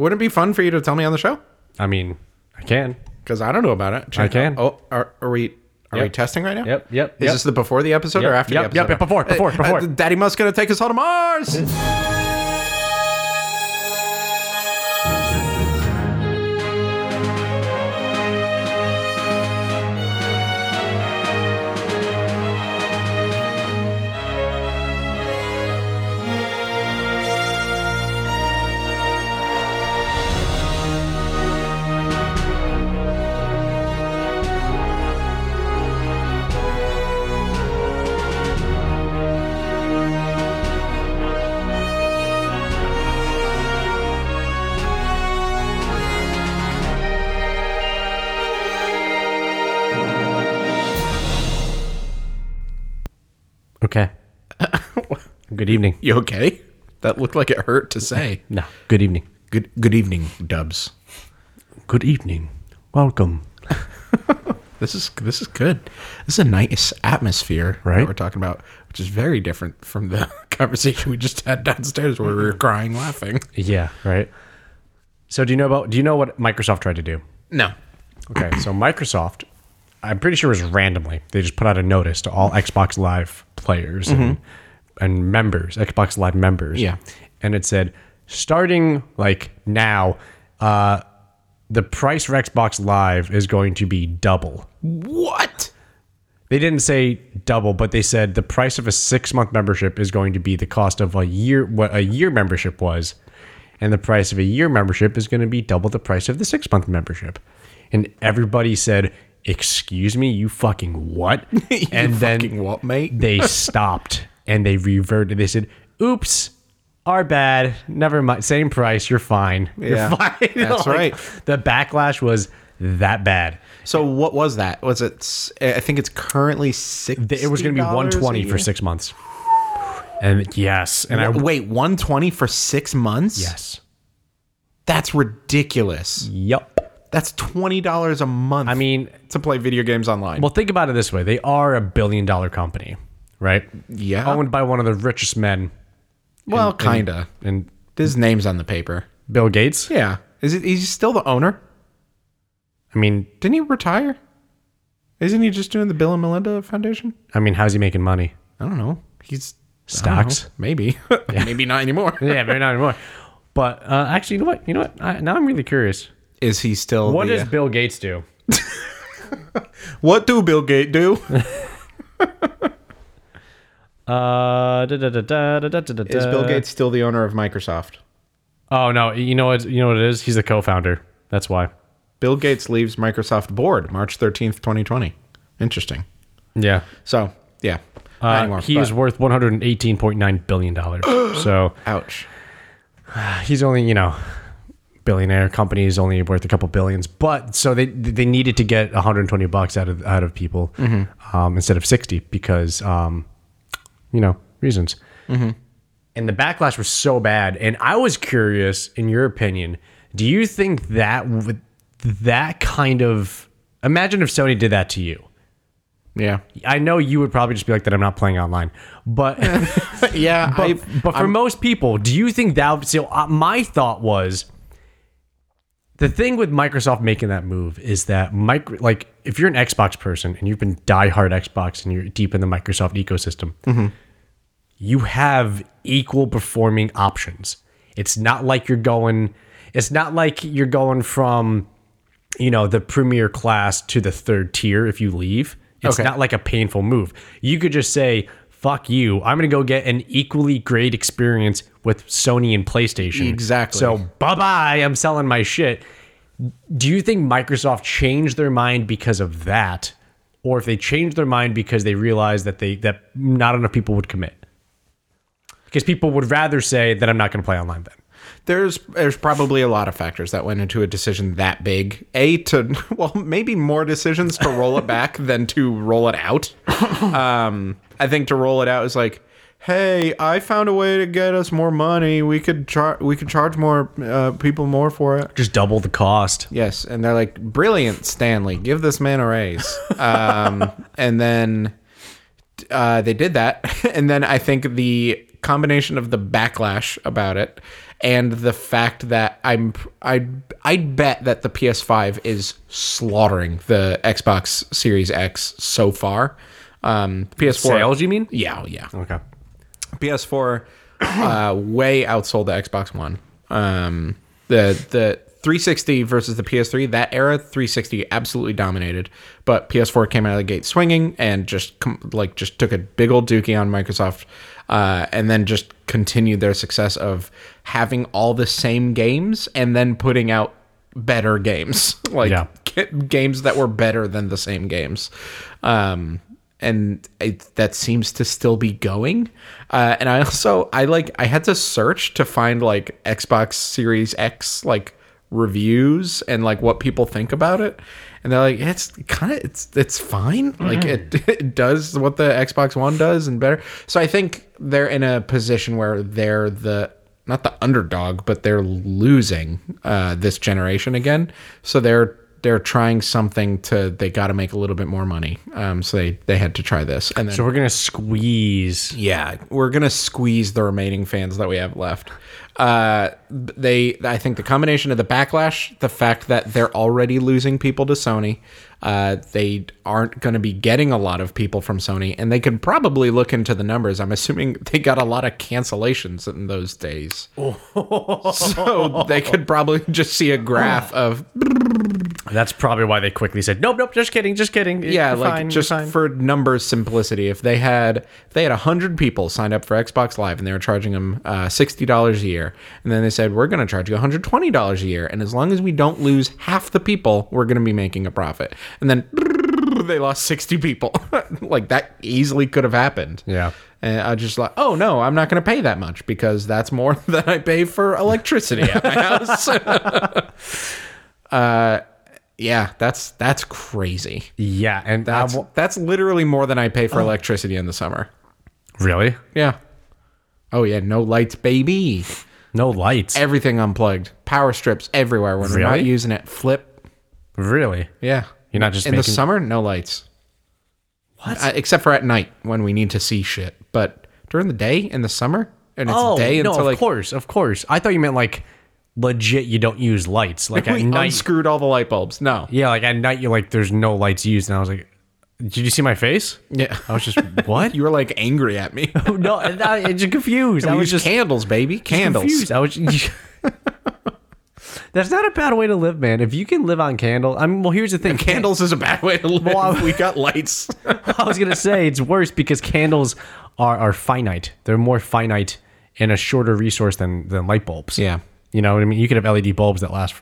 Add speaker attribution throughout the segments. Speaker 1: Wouldn't it be fun for you to tell me on the show?
Speaker 2: I mean, I can.
Speaker 1: Because I don't know about it.
Speaker 2: I can.
Speaker 1: Oh, are, are we? Are we
Speaker 2: Yep.
Speaker 1: testing right now?
Speaker 2: Yep, yep,
Speaker 1: Is
Speaker 2: yep.
Speaker 1: this the before the episode or
Speaker 2: Yep,
Speaker 1: after
Speaker 2: yep,
Speaker 1: the
Speaker 2: yep,
Speaker 1: episode?
Speaker 2: yep, before,
Speaker 1: Hey, uh,
Speaker 2: before, before.
Speaker 1: Daddy Musk's gonna take us all to Mars.
Speaker 2: Okay. good evening.
Speaker 1: you okay? That looked like it hurt to say.
Speaker 2: No, good evening.
Speaker 1: Good good evening, Dubs.
Speaker 2: Good evening. Welcome.
Speaker 1: This is this is good. This is a nice atmosphere that
Speaker 2: Right.
Speaker 1: we're talking about, which is very different from the conversation we just had downstairs where we were crying laughing.
Speaker 2: Yeah, right. So do you know about do you know what Microsoft tried to do?
Speaker 1: No.
Speaker 2: Okay, so Microsoft, I'm pretty sure it was randomly. They just put out a notice to all Xbox Live players and, and members, Xbox Live members.
Speaker 1: Yeah.
Speaker 2: And it said, starting like now, uh, the price for Xbox Live is going to be double.
Speaker 1: What?
Speaker 2: They didn't say double, but they said the price of a six month membership is going to be the cost of a year what a year membership was, and the price of a year membership is going to be double the price of the six month membership. And everybody said, "Excuse me, you fucking what?" and
Speaker 1: Fucking
Speaker 2: then
Speaker 1: what, mate?
Speaker 2: they stopped and they reverted. They said, "Oops." Our bad. Never mind. Same price. You're fine.
Speaker 1: Yeah.
Speaker 2: You're fine.
Speaker 1: That's right.
Speaker 2: The backlash was that bad.
Speaker 1: So what was that? Was it? s- I think it's currently six.
Speaker 2: Th- It was going to be 120 for six months. And yes, and I
Speaker 1: Wait, one twenty for six months?
Speaker 2: yes,
Speaker 1: That's ridiculous.
Speaker 2: yep.
Speaker 1: That's twenty dollars a month.
Speaker 2: I mean,
Speaker 1: to play video games online.
Speaker 2: well, think about it this way: they are a billion-dollar company, right?
Speaker 1: yeah.
Speaker 2: Owned by one of the richest men,
Speaker 1: well, kinda.
Speaker 2: and
Speaker 1: His name's on the paper.
Speaker 2: Bill Gates.
Speaker 1: Yeah. Is it? He's still the owner.
Speaker 2: I mean,
Speaker 1: Didn't he retire? Isn't he just doing the Bill and Melinda Foundation?
Speaker 2: I mean, how's he making money?
Speaker 1: I don't know. He's I don't know.
Speaker 2: Stocks?
Speaker 1: maybe. maybe not anymore.
Speaker 2: yeah, maybe not anymore. But uh, actually, you know what? You know what? I, now I'm really curious.
Speaker 1: Is he still?
Speaker 2: What
Speaker 1: the,
Speaker 2: does
Speaker 1: uh,
Speaker 2: Bill Gates do?
Speaker 1: what do Bill Gates do?
Speaker 2: Uh, da, da, da, da, da, da, da,
Speaker 1: Is Bill Gates still the owner of Microsoft?
Speaker 2: Oh no! You know what? You know what it is? He's the co-founder. That's why.
Speaker 1: Bill Gates leaves Microsoft board March 13th, 2020. Interesting.
Speaker 2: Yeah.
Speaker 1: So, yeah. Not
Speaker 2: Uh,
Speaker 1: anymore,
Speaker 2: he
Speaker 1: but-
Speaker 2: is worth one hundred and eighteen point nine billion dollars. so
Speaker 1: Ouch.
Speaker 2: he's only you know billionaire company is only worth a couple billions. But so they they needed to get one hundred and twenty bucks out of out of people um, instead of sixty because um, you know reasons. Mm-hmm. And the backlash was so bad. And I was curious, in your opinion, do you think that with that kind of imagine if Sony did that to you?
Speaker 1: Yeah.
Speaker 2: I know you would probably just be like that. I'm not playing online, but.
Speaker 1: yeah.
Speaker 2: But,
Speaker 1: I,
Speaker 2: but for most people, do you think that? would- So uh, my thought was, the thing with Microsoft making that move is that micro, like if you're an Xbox person and you've been diehard Xbox and you're deep in the Microsoft ecosystem, you have equal performing options. It's not like you're going. It's not like you're going from, you know, the premier class to the third tier if you leave. It's
Speaker 1: Okay.
Speaker 2: not like a painful move. You could just say, "Fuck you! I'm gonna go get an equally great experience with Sony and PlayStation."
Speaker 1: Exactly.
Speaker 2: So bye bye. I'm selling my shit. Do you think Microsoft changed their mind because of that, or if they changed their mind because they realized that they that not enough people would commit? Because people would rather say that I'm not going to play online then.
Speaker 1: there's there's probably a lot of factors that went into a decision that big. A to well, maybe more decisions to roll it back than to roll it out. Um, I think to roll it out is like, hey, I found a way to get us more money. We could char- we could charge more uh, people more for it.
Speaker 2: Just double the cost.
Speaker 1: Yes, and they're like, "Brilliant, Stanley! Give this man a raise." Um, and then uh, they did that, and then I think the combination of the backlash about it and the fact that I'm I I bet that the PS5 is slaughtering the Xbox Series X so far. Um, PS4
Speaker 2: Sales, you mean?
Speaker 1: Yeah, yeah.
Speaker 2: Okay.
Speaker 1: PS4 uh, way outsold the Xbox One. Um, the the 360 versus the PS3 that era 360 absolutely dominated, but PS4 came out of the gate swinging and just com- like just took a big old dookie on Microsoft, uh, and then just continued their success of having all the same games and then putting out better games like
Speaker 2: Yeah.
Speaker 1: ga- games that were better than the same games. Um, and it, that seems to still be going. Uh, and I also I like I had to search to find like Xbox Series X like reviews and like what people think about it. And they're like, it's kind of it's it's fine. Like it, it does what the Xbox One does and better. So I think they're in a position where they're the not the underdog, but they're losing uh, this generation again. So they're they're trying something to they got to make a little bit more money. Um, so they they had to try this, and then
Speaker 2: So we're gonna squeeze.
Speaker 1: yeah, we're gonna squeeze the remaining fans that we have left. Uh, they, I think, the combination of the backlash, the fact that they're already losing people to Sony, uh, they aren't gonna be getting a lot of people from Sony, and they could probably look into the numbers. I'm assuming they got a lot of cancellations in those days, so they could probably just see a graph of
Speaker 2: That's probably why they quickly said, "Nope, nope, just kidding, just kidding."
Speaker 1: yeah,
Speaker 2: You're
Speaker 1: like
Speaker 2: fine, you're
Speaker 1: just
Speaker 2: fine."
Speaker 1: for numbers simplicity, if they had if they had hundred people signed up for Xbox Live and they were charging them uh, sixty dollars a year, and then they said we're going to charge you one hundred twenty dollars a year, and as long as we don't lose half the people, we're going to be making a profit, and then they lost sixty people, like that easily could have happened.
Speaker 2: Yeah.
Speaker 1: And I just like, oh no, I'm not going to pay that much because that's more than I pay for electricity at my house. uh, yeah, that's that's crazy.
Speaker 2: yeah, and
Speaker 1: That's,
Speaker 2: I wa- Oh.
Speaker 1: that's literally more than I pay for electricity in the summer.
Speaker 2: really
Speaker 1: Yeah. Oh yeah, no lights, baby.
Speaker 2: no lights.
Speaker 1: Everything unplugged. Power strips everywhere when we're not
Speaker 2: Really?
Speaker 1: using it. Flip.
Speaker 2: really,
Speaker 1: Yeah.
Speaker 2: you're not just
Speaker 1: in
Speaker 2: making.
Speaker 1: the summer, no lights. What? Uh, except for at night when we need to see shit. But during the day in the summer, and it's
Speaker 2: oh
Speaker 1: day
Speaker 2: no,
Speaker 1: until
Speaker 2: of
Speaker 1: like
Speaker 2: course, of course. I thought you meant like legit. You don't use lights like at
Speaker 1: we
Speaker 2: night.
Speaker 1: unscrewed all the light bulbs. No.
Speaker 2: yeah, like at night you're like, "There's no lights used," and I was like, "Did you see my face?"
Speaker 1: Yeah.
Speaker 2: I was just what?
Speaker 1: You were like angry at me.
Speaker 2: no, and I, I just confused. I
Speaker 1: we
Speaker 2: was
Speaker 1: use
Speaker 2: just
Speaker 1: candles, baby. Candles.
Speaker 2: confused. I was. That's not a bad way to live, man. If you can live on candle, I mean, well, here's the thing.
Speaker 1: Candles is a bad way to live.
Speaker 2: I-
Speaker 1: we got lights.
Speaker 2: I was gonna say it's worse because candles are are finite. They're more finite and a shorter resource than than light bulbs.
Speaker 1: Yeah.
Speaker 2: you know what I mean. You could have LED bulbs that last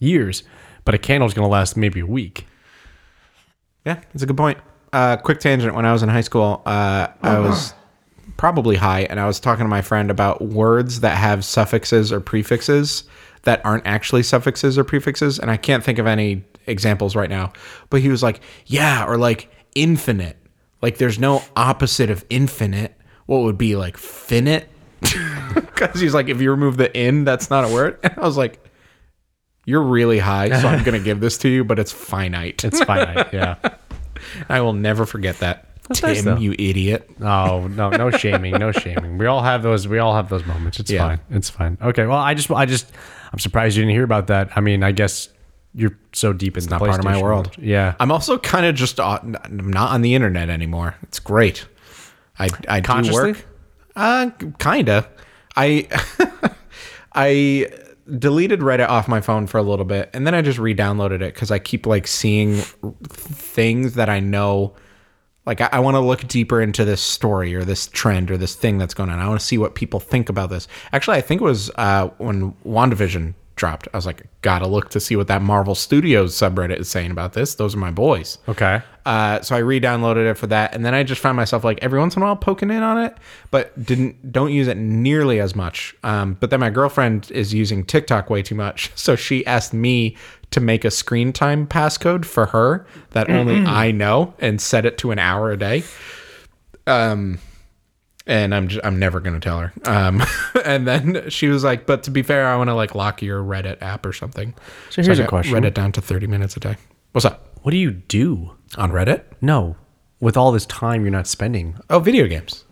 Speaker 2: years, but a candle's gonna last maybe a week.
Speaker 1: Yeah, that's a good point. Uh, quick tangent. When I was in high school, uh, I was probably high, and I was talking to my friend about words that have suffixes or prefixes that aren't actually suffixes or prefixes, and I can't think of any examples right now. But he was like, "Yeah," or like "infinite." Like, there's no opposite of infinite. What would be like finite? Because he's like, if you remove the "in," that's not a word. And I was like, "You're really high, so I'm gonna give this to you, but it's finite."
Speaker 2: It's finite. Yeah.
Speaker 1: I will never forget that.
Speaker 2: That's nice,
Speaker 1: Tim,
Speaker 2: though.
Speaker 1: you idiot.
Speaker 2: Oh no, no shaming, no shaming. We all have those. We all have those moments. It's
Speaker 1: Yeah.
Speaker 2: fine. It's fine. Okay. Well, I just, I just, I'm surprised you didn't hear about that. I mean, I guess you're so deep in the
Speaker 1: Not part of my
Speaker 2: PlayStation
Speaker 1: world.
Speaker 2: Yeah.
Speaker 1: I'm also kind of just uh, n- I'm not on the internet anymore. It's great. I I do
Speaker 2: Consciously?
Speaker 1: work. Uh, kinda. I I deleted Reddit off my phone for a little bit, and then I just re-downloaded it because I keep like seeing things that I know. Like I, I want to look deeper into this story or this trend or this thing that's going on. I want to see what people think about this. Actually, I think it was uh, when Wandavision dropped. I was like, gotta look to see what that Marvel Studios subreddit is saying about this. Those are my boys.
Speaker 2: okay.
Speaker 1: Uh, so I re-downloaded it for that, and then I just found myself like every once in a while poking in on it, but didn't don't use it nearly as much. Um, but then my girlfriend is using TikTok way too much, so she asked me to make a screen time passcode for her that only I know and set it to an hour a day Um, and I'm just, I'm never gonna tell her. Um, and then she was like, "But to be fair, I want to like lock your Reddit app or something."
Speaker 2: So here's
Speaker 1: I
Speaker 2: a
Speaker 1: got
Speaker 2: question.
Speaker 1: Reddit down to thirty minutes a day. What's up
Speaker 2: What do you do?
Speaker 1: on Reddit?
Speaker 2: No. With all this time you're not spending.
Speaker 1: Oh, video games.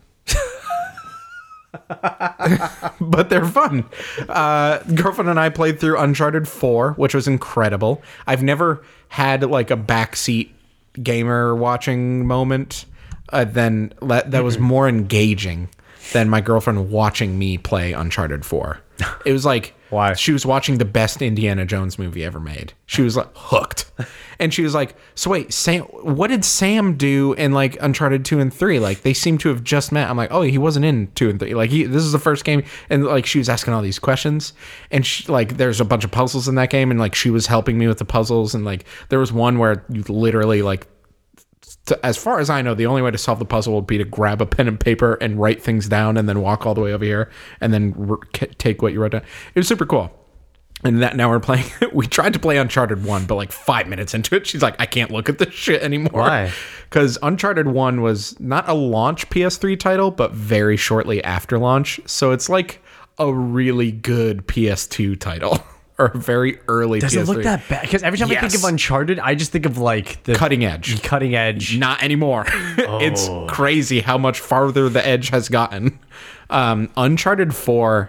Speaker 1: but they're fun. Uh, girlfriend and I played through Uncharted 4, which was incredible. I've never had like a backseat gamer watching moment uh, than that, that was more engaging than my girlfriend watching me play Uncharted 4. It was like
Speaker 2: Why?
Speaker 1: she was watching the best Indiana Jones movie ever made. She was like hooked. And she was like, "So wait, Sam what did Sam do in like Uncharted 2 and 3? Like they seem to have just met." I'm like, "Oh, he wasn't in 2 and 3. Like he this is the first game." And like she was asking all these questions and she, like there's a bunch of puzzles in that game and like she was helping me with the puzzles and like there was one where you literally like to, as far as I know, the only way to solve the puzzle would be to grab a pen and paper and write things down, and then walk all the way over here, and then r- k- take what you wrote down. It was super cool. And that now we're playing. we tried to play Uncharted One, but like five minutes into it, she's like, "I can't look at this shit anymore."
Speaker 2: Why?
Speaker 1: Because Uncharted One was not a launch PS3 title, but very shortly after launch, so it's like a really good PS2 title or a very early.
Speaker 2: Does
Speaker 1: PS3.
Speaker 2: it look that bad? Because every time I think
Speaker 1: Yes.
Speaker 2: of Uncharted, I just think of like the
Speaker 1: Cutting edge.
Speaker 2: the cutting edge. Oh.
Speaker 1: Not anymore. it's crazy how much farther the edge has gotten. Um, Uncharted 4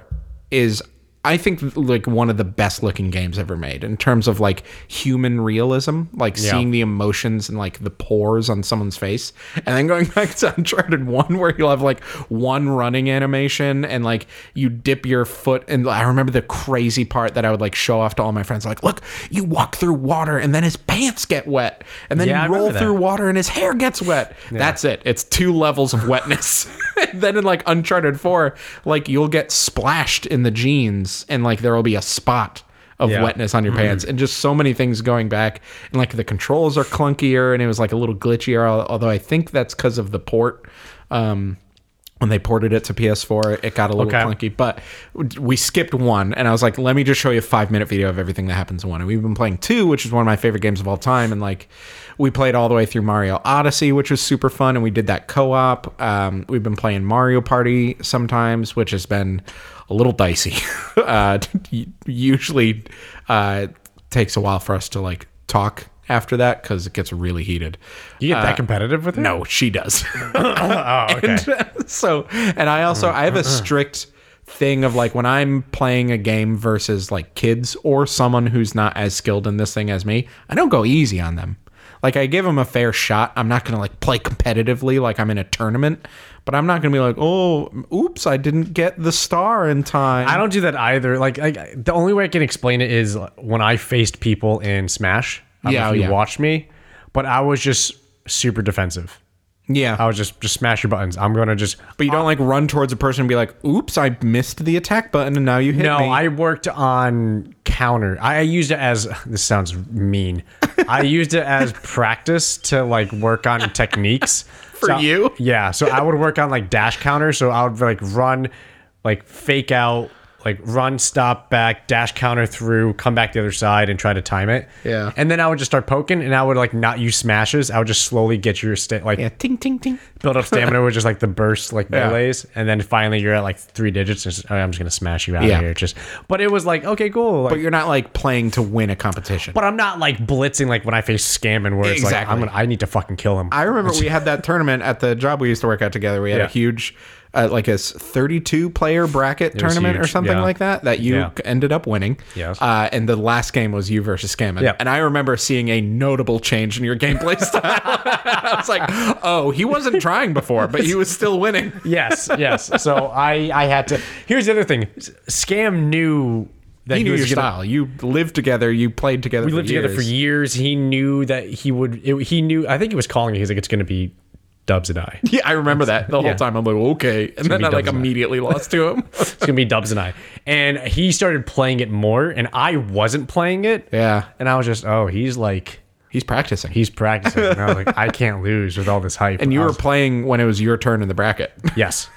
Speaker 1: is, I think, like one of the best looking games ever made in terms of like human realism, like seeing the emotions and like the pores on someone's face. And then going back to Uncharted 1, where you'll have like one running animation and like you dip your foot. And I remember the crazy part that I would like show off to all my friends like, look, you walk through water and then his pants get wet. And then
Speaker 2: Yeah, I
Speaker 1: you roll
Speaker 2: remember that.
Speaker 1: through water and his hair gets wet. That's it. It's two levels of wetness. then in like Uncharted 4, like you'll get splashed in the jeans and like there will be a spot of
Speaker 2: Yeah. Mm-hmm.
Speaker 1: wetness on your pants and just so many things going back and like the controls are clunkier and it was like a little glitchier al- although I think that's cuz of the port um when they ported it to PS4, it got a little
Speaker 2: Okay.
Speaker 1: clunky, but we skipped one, and I was like, "Let me just show you a five-minute video of everything that happens in one." And we've been playing two, which is one of my favorite games of all time, and like, we played all the way through Mario Odyssey, which was super fun, and we did that co-op. Um, we've been playing Mario Party sometimes, which has been a little dicey. uh, usually, uh, takes a while for us to like talk after that because it gets really heated.
Speaker 2: You get that competitive with it?
Speaker 1: No, she does.
Speaker 2: Oh, okay.
Speaker 1: And so and i also i have a strict thing of like when i'm playing a game versus like kids or someone who's not as skilled in this thing as me i don't go easy on them like i give them a fair shot i'm not gonna like play competitively like i'm in a tournament but i'm not gonna be like oh oops i didn't get the star in time
Speaker 2: I don't do that either. Like, I, the only way I can explain it is when I faced people in Smash. I don't
Speaker 1: Yeah,
Speaker 2: know
Speaker 1: oh,
Speaker 2: if you
Speaker 1: yeah.
Speaker 2: watched me, but I was just super defensive.
Speaker 1: yeah
Speaker 2: I was just just smash your buttons. I'm gonna just
Speaker 1: but you don't like run towards a person and be like oops i missed the attack button and now you hit
Speaker 2: no.
Speaker 1: me
Speaker 2: I worked on counter. I used it as this sounds mean. I used it as practice to like work on techniques for
Speaker 1: you?
Speaker 2: Yeah. So I would work on like dash counter. So I would like run, like fake out, like run, stop back, dash counter through, come back the other side, and try to time it.
Speaker 1: Yeah.
Speaker 2: And then I would just start poking, and I would like not use smashes. I would just slowly get your sta- like
Speaker 1: yeah ting ting ting
Speaker 2: build up stamina with just like the burst like melees and then finally you're at like three digits and just, "All right, i'm just gonna smash you out
Speaker 1: Yeah.
Speaker 2: of here just but it was like okay cool like,
Speaker 1: but
Speaker 2: but,
Speaker 1: you're not like playing to win a competition
Speaker 2: i'm not like blitzing like when i face scamming where it's like i'm
Speaker 1: Exactly.
Speaker 2: gonna i need to fucking kill him
Speaker 1: I remember we had that tournament at the job we used to work at together. We had a
Speaker 2: Yeah.
Speaker 1: huge, uh, like a s- 32 player bracket
Speaker 2: was
Speaker 1: tournament or
Speaker 2: huge,
Speaker 1: something
Speaker 2: yeah.
Speaker 1: like that, that you
Speaker 2: Yeah.
Speaker 1: ended up winning.
Speaker 2: Yes.
Speaker 1: Uh, and the last game was you versus Scammon.
Speaker 2: Yeah.
Speaker 1: And I remember seeing a notable change in your gameplay style. I was like, oh, he wasn't trying before, but he was still winning.
Speaker 2: yes yes so i i had to here's the other thing S- scam knew that
Speaker 1: He
Speaker 2: he,
Speaker 1: knew
Speaker 2: was
Speaker 1: your
Speaker 2: gonna
Speaker 1: style. You lived together. You played together.
Speaker 2: we lived together for years he knew that he would it, he knew i think he was calling me he's like it's gonna be dubs and i
Speaker 1: Yeah, I remember that the whole
Speaker 2: Yeah.
Speaker 1: time. I'm like, okay. And then
Speaker 2: be
Speaker 1: I like
Speaker 2: double that.
Speaker 1: immediately lost to him.
Speaker 2: It's gonna be Dubs and I. And he started playing it more, and I wasn't playing it.
Speaker 1: Yeah.
Speaker 2: And I was just, oh, he's like,
Speaker 1: He's practicing.
Speaker 2: he's practicing. And I was like, I can't lose with all this hype.
Speaker 1: and you
Speaker 2: I
Speaker 1: were
Speaker 2: was-
Speaker 1: playing when it was your turn in the bracket.
Speaker 2: yes.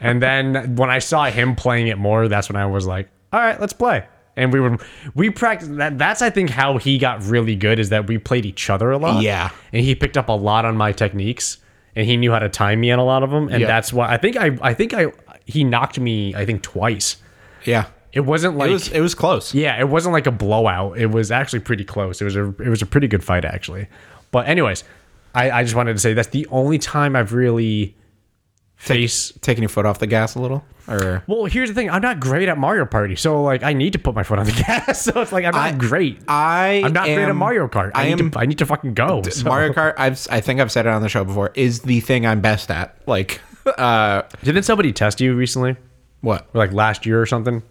Speaker 2: and then when I saw him playing it more, that's when I was like, all right, let's play. And we were we practiced that. That's I think how he got really good is that we played each other a lot.
Speaker 1: Yeah.
Speaker 2: And he picked up a lot on my techniques, and he knew how to time me on a lot of them. And
Speaker 1: Yeah.
Speaker 2: that's why I think I I think I he knocked me I think twice.
Speaker 1: Yeah.
Speaker 2: It wasn't like
Speaker 1: it was it was close.
Speaker 2: Yeah, it wasn't like a blowout. It was actually pretty close. It was a it was a pretty good fight actually. But anyways, I, I just wanted to say that's the only time I've really face.
Speaker 1: Taking your foot off the gas a little, or
Speaker 2: Well, here's the thing. I'm not great at Mario Party, so like I need to put my foot on the gas. So it's like I'm not
Speaker 1: I-
Speaker 2: great.
Speaker 1: I
Speaker 2: I'm not great at
Speaker 1: am-
Speaker 2: Mario Kart. I,
Speaker 1: I
Speaker 2: need
Speaker 1: am-
Speaker 2: to. I need to fucking go. so-
Speaker 1: Mario Kart. I've I think I've said it on the show before. Is the thing I'm best at. Like, uh,
Speaker 2: Didn't somebody test you recently?
Speaker 1: what?
Speaker 2: Or like last year or something?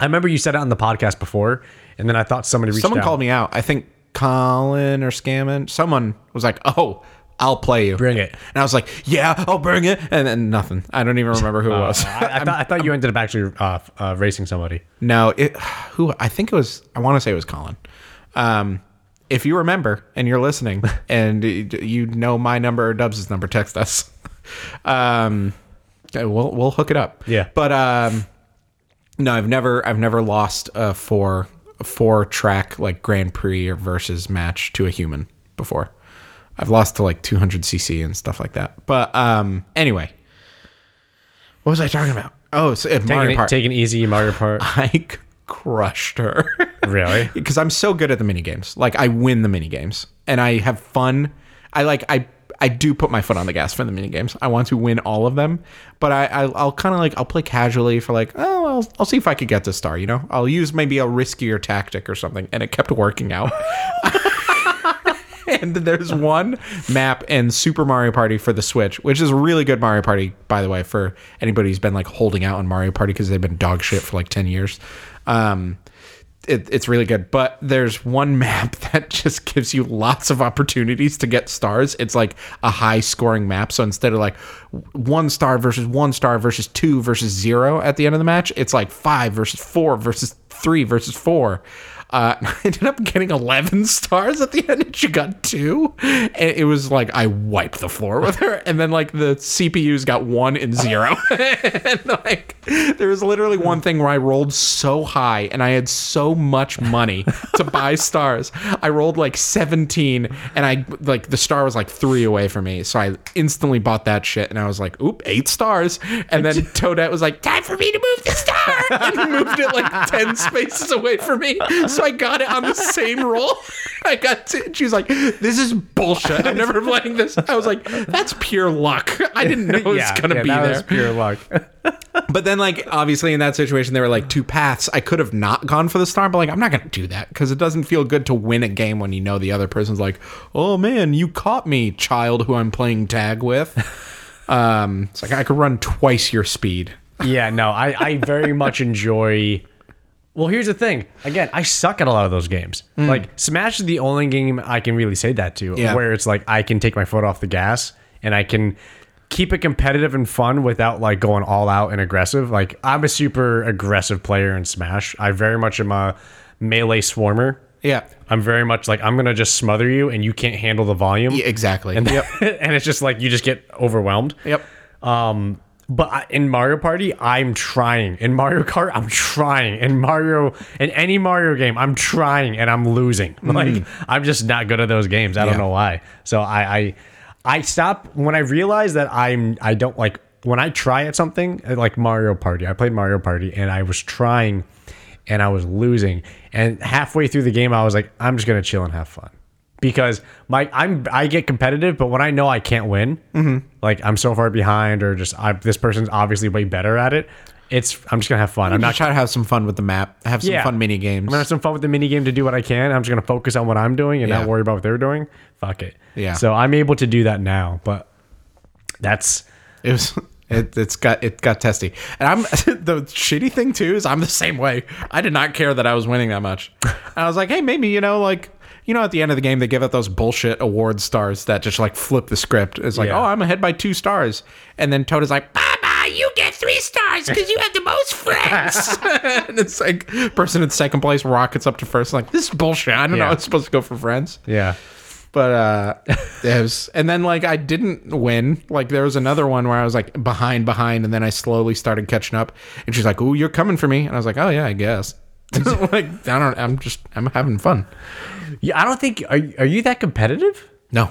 Speaker 2: I remember you said it on the podcast before, and then I thought somebody reached
Speaker 1: Someone
Speaker 2: out.
Speaker 1: called me out. I think Colin or Scammon. Someone was like, "Oh, I'll play you.
Speaker 2: Bring it.
Speaker 1: And I was like, "Yeah, I'll bring it." And then nothing. I don't even remember who it
Speaker 2: Oh.
Speaker 1: was.
Speaker 2: I, I, thought, I thought you ended up actually uh, uh, racing somebody.
Speaker 1: No, it who I think it was. I want to say it was Colin. Um, if you remember and you're listening and you know my number or Dubs' number, text us. Um, okay, we'll we'll hook it up.
Speaker 2: Yeah.
Speaker 1: but um, no, I've never I've never lost a four a four track like Grand Prix or versus match to a human before. I've lost to like 200 cc and stuff like that. But um, anyway, what was I talking about? Oh, so, uh,
Speaker 2: Taking,
Speaker 1: Mario
Speaker 2: it-
Speaker 1: Party.
Speaker 2: taking it easy Mario Part.
Speaker 1: I c- crushed her.
Speaker 2: Really?
Speaker 1: Because I'm so good at the mini games. Like I win the mini games, and I have fun. I like I I do put my foot on the gas for the mini games. I want to win all of them, but I, I I'll kind of like I'll play casually for like oh I'll, I'll see if I could get this star. You know I'll use maybe a riskier tactic or something, and it kept working out. and there's one map in Super Mario Party for the Switch, which is a really good Mario Party, by the way, for anybody who's been like holding out on Mario Party because they've been dog shit for like 10 years. Um, it, it's really good, but there's one map that just gives you lots of opportunities to get stars. It's like a high scoring map. So instead of like one star versus one star versus two versus zero at the end of the match, it's like five versus four versus three versus four. Uh, I ended up getting 11 stars at the end, and she got two. And it was like I wiped the floor with her, and then like the CPUs got one and zero. and like there was literally one thing where I rolled so high, and I had so much money to buy stars. I rolled like 17, and I like the star was like three away from me, so I instantly bought that shit, and I was like, oop, eight stars. And then Toadette was like, time for me to move the star, and moved it like 10 spaces away from me. So I got it on the same roll. I got to, she was like, this is bullshit. I'm never playing this. I was like, that's pure luck. I didn't know it was going to be
Speaker 2: that
Speaker 1: there.
Speaker 2: was pure luck.
Speaker 1: But then, like, obviously, in that situation, there were like two paths. I could have not gone for the star, but like, I'm not going to do that because it doesn't feel good to win a game when you know the other person's like, oh man, you caught me, child who I'm playing tag with. um, it's like, I could run twice your speed.
Speaker 2: yeah, no, I, I very much enjoy. Well, here's the thing. Again, I suck at a lot of those games. Like Smash is the only game I can really say that to,
Speaker 1: Hmm. Yeah.
Speaker 2: where it's like I can take my foot off the gas and I can keep it competitive and fun without like going all out and aggressive. Like I'm a super aggressive player in Smash. I very much am a melee swarmer.
Speaker 1: Yeah.
Speaker 2: I'm very much like I'm gonna just smother you and you can't handle the volume.
Speaker 1: Yeah, exactly.
Speaker 2: And,
Speaker 1: yep.
Speaker 2: and it's just like you just get overwhelmed.
Speaker 1: Yep.
Speaker 2: Um, but I, in Mario Party, I'm trying. In Mario Kart, I'm trying. In Mario, in any Mario game, I'm trying and I'm losing. Like I'm just not good at those games. I don't
Speaker 1: Hmm. Yeah.
Speaker 2: know why. So I, I, I stop when I realize that I'm. I don't like when I try at something uh, like Mario Party. I played Mario Party and I was trying, and I was losing. And halfway through the game, I was like, I'm just gonna chill and have fun. Because my I'm I get competitive, but when I know I can't win, like I'm so far behind, or just I, this person's obviously way better at it, it's I'm just gonna have fun. I'm
Speaker 1: I'm
Speaker 2: not
Speaker 1: not trying to have some fun with the map, have some
Speaker 2: Yeah.
Speaker 1: fun mini games.
Speaker 2: I'm gonna have some fun with the mini game to do what I can. I'm just gonna focus on what I'm doing and
Speaker 1: Yeah.
Speaker 2: not worry about what they're doing. Fuck it.
Speaker 1: Yeah.
Speaker 2: So I'm able to do that now, but that's
Speaker 1: It was. It, it's got it got testy, and I'm the shitty thing too is I'm the same way. I did not care that I was winning that much. I was like, hey, maybe you know, like you know, at the end of the game they give out those bullshit award stars that just like flip the script. It's like,
Speaker 2: Yeah.
Speaker 1: oh, I'm ahead by two stars, and then Toad is like, Mama, you get three stars because you have the most friends. and it's like person in second place rockets up to first, like this is bullshit. I don't know.
Speaker 2: Yeah.
Speaker 1: It's supposed to go for friends
Speaker 2: yeah.
Speaker 1: but uh it was and then like i didn't win like there was another one where i was like behind behind and then i slowly started catching up and she's like oh you're coming for me and i was like oh yeah i guess like i don't i'm just i'm having fun
Speaker 2: Yeah. I don't think are are you that competitive?
Speaker 1: no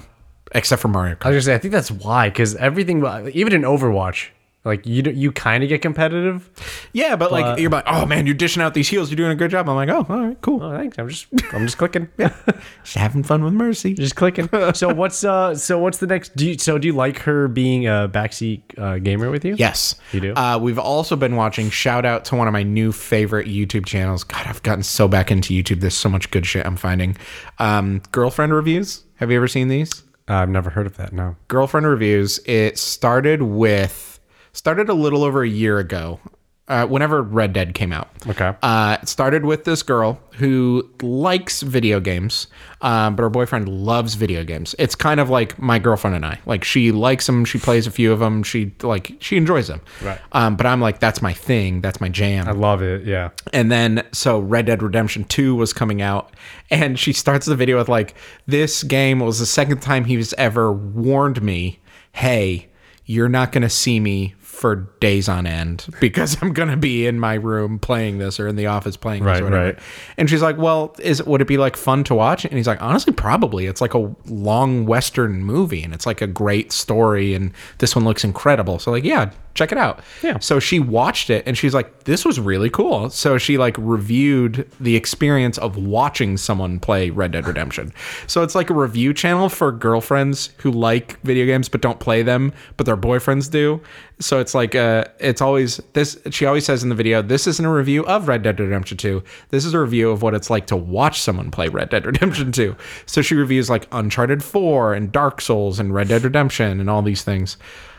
Speaker 1: except for mario
Speaker 2: I
Speaker 1: Kart.
Speaker 2: was gonna say I think that's why because everything even in Overwatch, Like you, you kind of get competitive.
Speaker 1: Yeah, but, like you're like, oh man, you're dishing out these heels. You're doing a good job. I'm like, oh, all right, cool.
Speaker 2: Oh, thanks. I'm just, I'm just clicking.
Speaker 1: Just having fun with Mercy.
Speaker 2: just clicking. So what's, uh, so what's the next? Do you, so do you like her being a backseat uh, gamer with you?
Speaker 1: Yes.
Speaker 2: You do?
Speaker 1: Uh, we've also been watching. Shout out to one of my new favorite YouTube channels. God, I've gotten so back into YouTube. There's so much good shit I'm finding. Um, girlfriend reviews. Have you ever seen these?
Speaker 2: Uh, I've never heard of that. No.
Speaker 1: girlfriend reviews it started with started a little over a year ago uh, whenever red dead came out
Speaker 2: Okay.
Speaker 1: uh, it started with this girl who likes video games um, but her boyfriend loves video games it's kind of like my girlfriend and i like she likes them she plays a few of them she like she enjoys them
Speaker 2: Right.
Speaker 1: um, but i'm like that's my thing that's my jam
Speaker 2: I love it. Yeah.
Speaker 1: and then, so Red Dead Redemption 2 was coming out, and she starts the video with, like, this game was the second time he's ever warned me, hey, you're not going to see me for days on end because I'm going to be in my room playing this or in the office playing this
Speaker 2: Right,
Speaker 1: or whatever.
Speaker 2: right.
Speaker 1: And she's like, well, is would it be like fun to watch? And he's like, honestly, probably. It's like a long Western movie and it's like a great story, and this one looks incredible. So, like, yeah, check it out.
Speaker 2: Yeah.
Speaker 1: So she watched it and she's like, this was really cool. So she like reviewed the experience of watching someone play Red Dead Redemption. so it's like a review channel for girlfriends who like video games but don't play them, but their boyfriends do. So it's like, uh, it's always this. She always says in the video, this isn't a review of Red Dead Redemption 2. This is a review of what it's like to watch someone play Red Dead Redemption 2. So she reviews like Uncharted 4 and Dark Souls and Red Dead Redemption and all these things.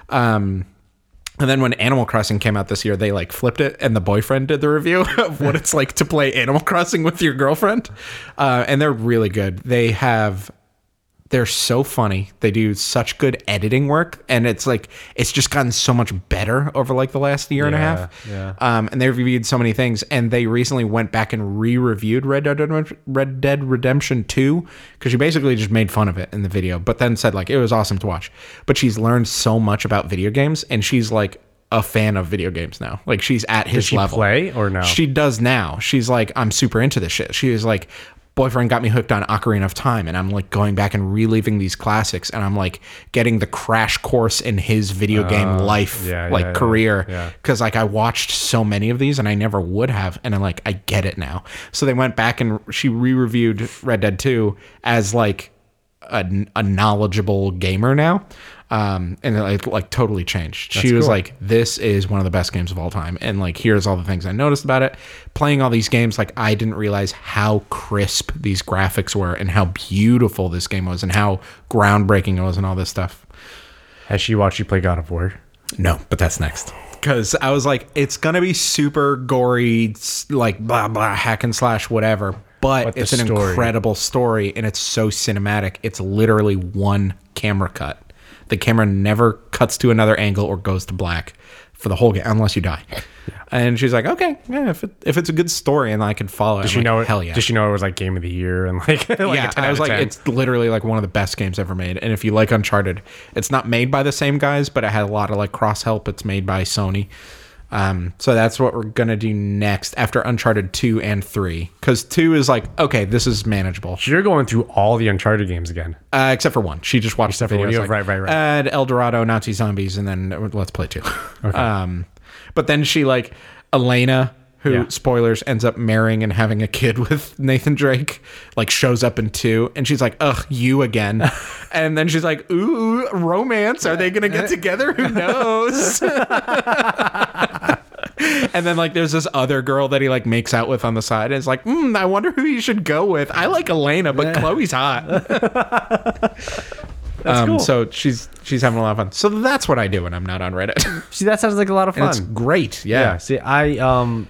Speaker 1: Um, and then when Animal Crossing came out this year, they like flipped it, and the boyfriend did the review of what it's like to play Animal Crossing with your girlfriend. Uh, and they're really good. They have, they're so funny. They do such good editing work, and it's like it's just gotten so much better over like the last year and a
Speaker 2: Yeah,
Speaker 1: half.
Speaker 2: yeah.
Speaker 1: Um, and they reviewed so many things, and they recently went back and re-reviewed Red Dead Redemption, Red Dead Redemption Two because she basically just made fun of it in the video, but then said like it was awesome to watch. But she's learned so much about video games, and she's like a fan of video games now. Like she's at his
Speaker 2: She
Speaker 1: level.
Speaker 2: play or no?
Speaker 1: She does now. She's like, I'm super into this shit. She was like, boyfriend got me hooked on Ocarina of Time, and I'm like going back and reliving these classics, and I'm like getting the crash course in his video game
Speaker 2: Oh,
Speaker 1: life,
Speaker 2: yeah,
Speaker 1: like
Speaker 2: yeah, yeah,
Speaker 1: career,
Speaker 2: yeah.
Speaker 1: because like I watched so many of these, and I never would have, and I'm like, I get it now. So they went back and she re-reviewed Red Dead 2 as like a, a knowledgeable gamer now. Um, and it like, like totally changed. she was
Speaker 2: cool.
Speaker 1: like, this is one of the best games of all time. And like, here's all the things I noticed about it. Playing all these games, like, I didn't realize how crisp these graphics were and how beautiful this game was and how groundbreaking it was and all this stuff.
Speaker 2: Has she watched you play God of War?
Speaker 1: No, but that's next. Because I was like, it's going to be super gory, s- like blah, blah, hack and slash, whatever. But,
Speaker 2: the
Speaker 1: it's an
Speaker 2: story-
Speaker 1: incredible story and it's so cinematic. It's literally one camera cut. The camera never cuts to another angle or goes to black for the whole game unless you die. And she's like, okay, yeah, if, it, if it's a good story and I can follow it,
Speaker 2: Does she know it?
Speaker 1: hell yeah.
Speaker 2: Does she know it was like game of the year and like? like
Speaker 1: yeah,
Speaker 2: a 10
Speaker 1: and I
Speaker 2: out
Speaker 1: was
Speaker 2: of
Speaker 1: like,
Speaker 2: 10?
Speaker 1: it's literally like one of the best games ever made. And if you like Uncharted, it's not made by the same guys, but it had a lot of like cross help. It's made by Sony. Um, so that's what we're gonna do next after Uncharted two and three, because two is like okay, this is manageable,
Speaker 2: You're going through all the Uncharted games again.
Speaker 1: uh, except for one. She just watched except
Speaker 2: for
Speaker 1: the
Speaker 2: one,
Speaker 1: video.
Speaker 2: yeah, right, right, right.
Speaker 1: Add El Dorado, Nazi zombies, and then uh, let's play two. Um, but then she like Elena. Who
Speaker 2: Yeah.
Speaker 1: spoilers ends up marrying and having a kid with Nathan Drake, like shows up in two, and she's like, "Ugh, you again," and then she's like, "Ooh, romance? Are they gonna
Speaker 2: Uh,
Speaker 1: get together? Who knows?" and then like there's this other girl that he like makes out with on the side, and is like, mm, "I wonder who you should go with. I like Elena, but Chloe's hot." um,
Speaker 2: cool.
Speaker 1: So she's she's having a lot of fun. So that's what I do when I'm not on Reddit.
Speaker 2: See, that sounds like a lot of fun.
Speaker 1: it's great. Yeah.
Speaker 2: yeah. See, I um,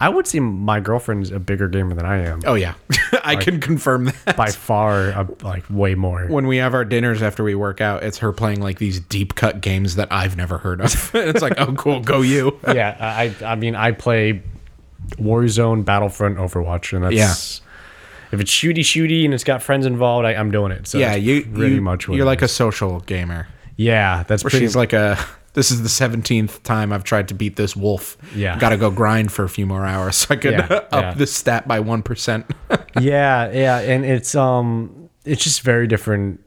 Speaker 2: I would say my girlfriend's a bigger gamer than I am
Speaker 1: Oh yeah. I can confirm that.
Speaker 2: by far, uh, like way more.
Speaker 1: When we have our dinners after we work out, it's her playing like these deep cut games that I've never heard of. it's like, oh cool, go you.
Speaker 2: yeah, I I mean I play Warzone, Battlefront, Overwatch, and that's if it's shooty shooty and it's got friends involved, I, I'm doing it. So
Speaker 1: Yeah,
Speaker 2: that's
Speaker 1: you
Speaker 2: pretty
Speaker 1: you,
Speaker 2: much what
Speaker 1: you're
Speaker 2: it
Speaker 1: like
Speaker 2: is.
Speaker 1: a social gamer.
Speaker 2: yeah, that's pretty.
Speaker 1: She's like a this is the seventeenth time I've tried to beat this wolf.
Speaker 2: Yeah.
Speaker 1: Gotta go grind for a few more hours so I could
Speaker 2: Yeah,
Speaker 1: up
Speaker 2: yeah.
Speaker 1: this stat by one percent.
Speaker 2: yeah, yeah, and it's um, it's just very different.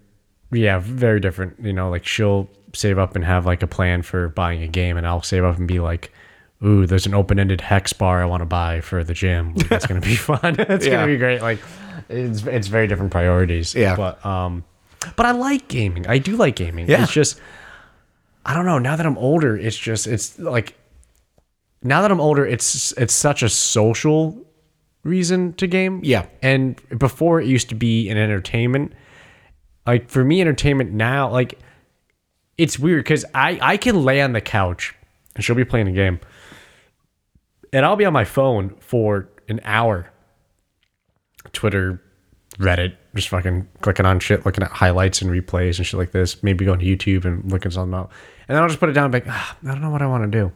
Speaker 2: Yeah, very different. You know, like she'll save up and have like a plan for buying a game, and I'll save up and be like, "Ooh, there's an open-ended hex bar I want to buy for the gym. Like, That's gonna be fun. That's
Speaker 1: Yeah.
Speaker 2: gonna be great." Like, it's it's very different priorities.
Speaker 1: Yeah.
Speaker 2: but um, but I like gaming. I do like gaming.
Speaker 1: Yeah.
Speaker 2: It's just I don't know. Now that I'm older, it's just it's like now that I'm older, it's it's such a social reason to game.
Speaker 1: Yeah.
Speaker 2: And before it used to be an entertainment. Like for me, entertainment now, like it's weird because I I can lay on the couch and she'll be playing a game, and I'll be on my phone for an hour. Twitter, Reddit, just fucking clicking on shit, looking at highlights and replays and shit like this. Maybe going to YouTube and looking something up, and then I'll just put it down. And be like, "Ah, I don't know what I want to do.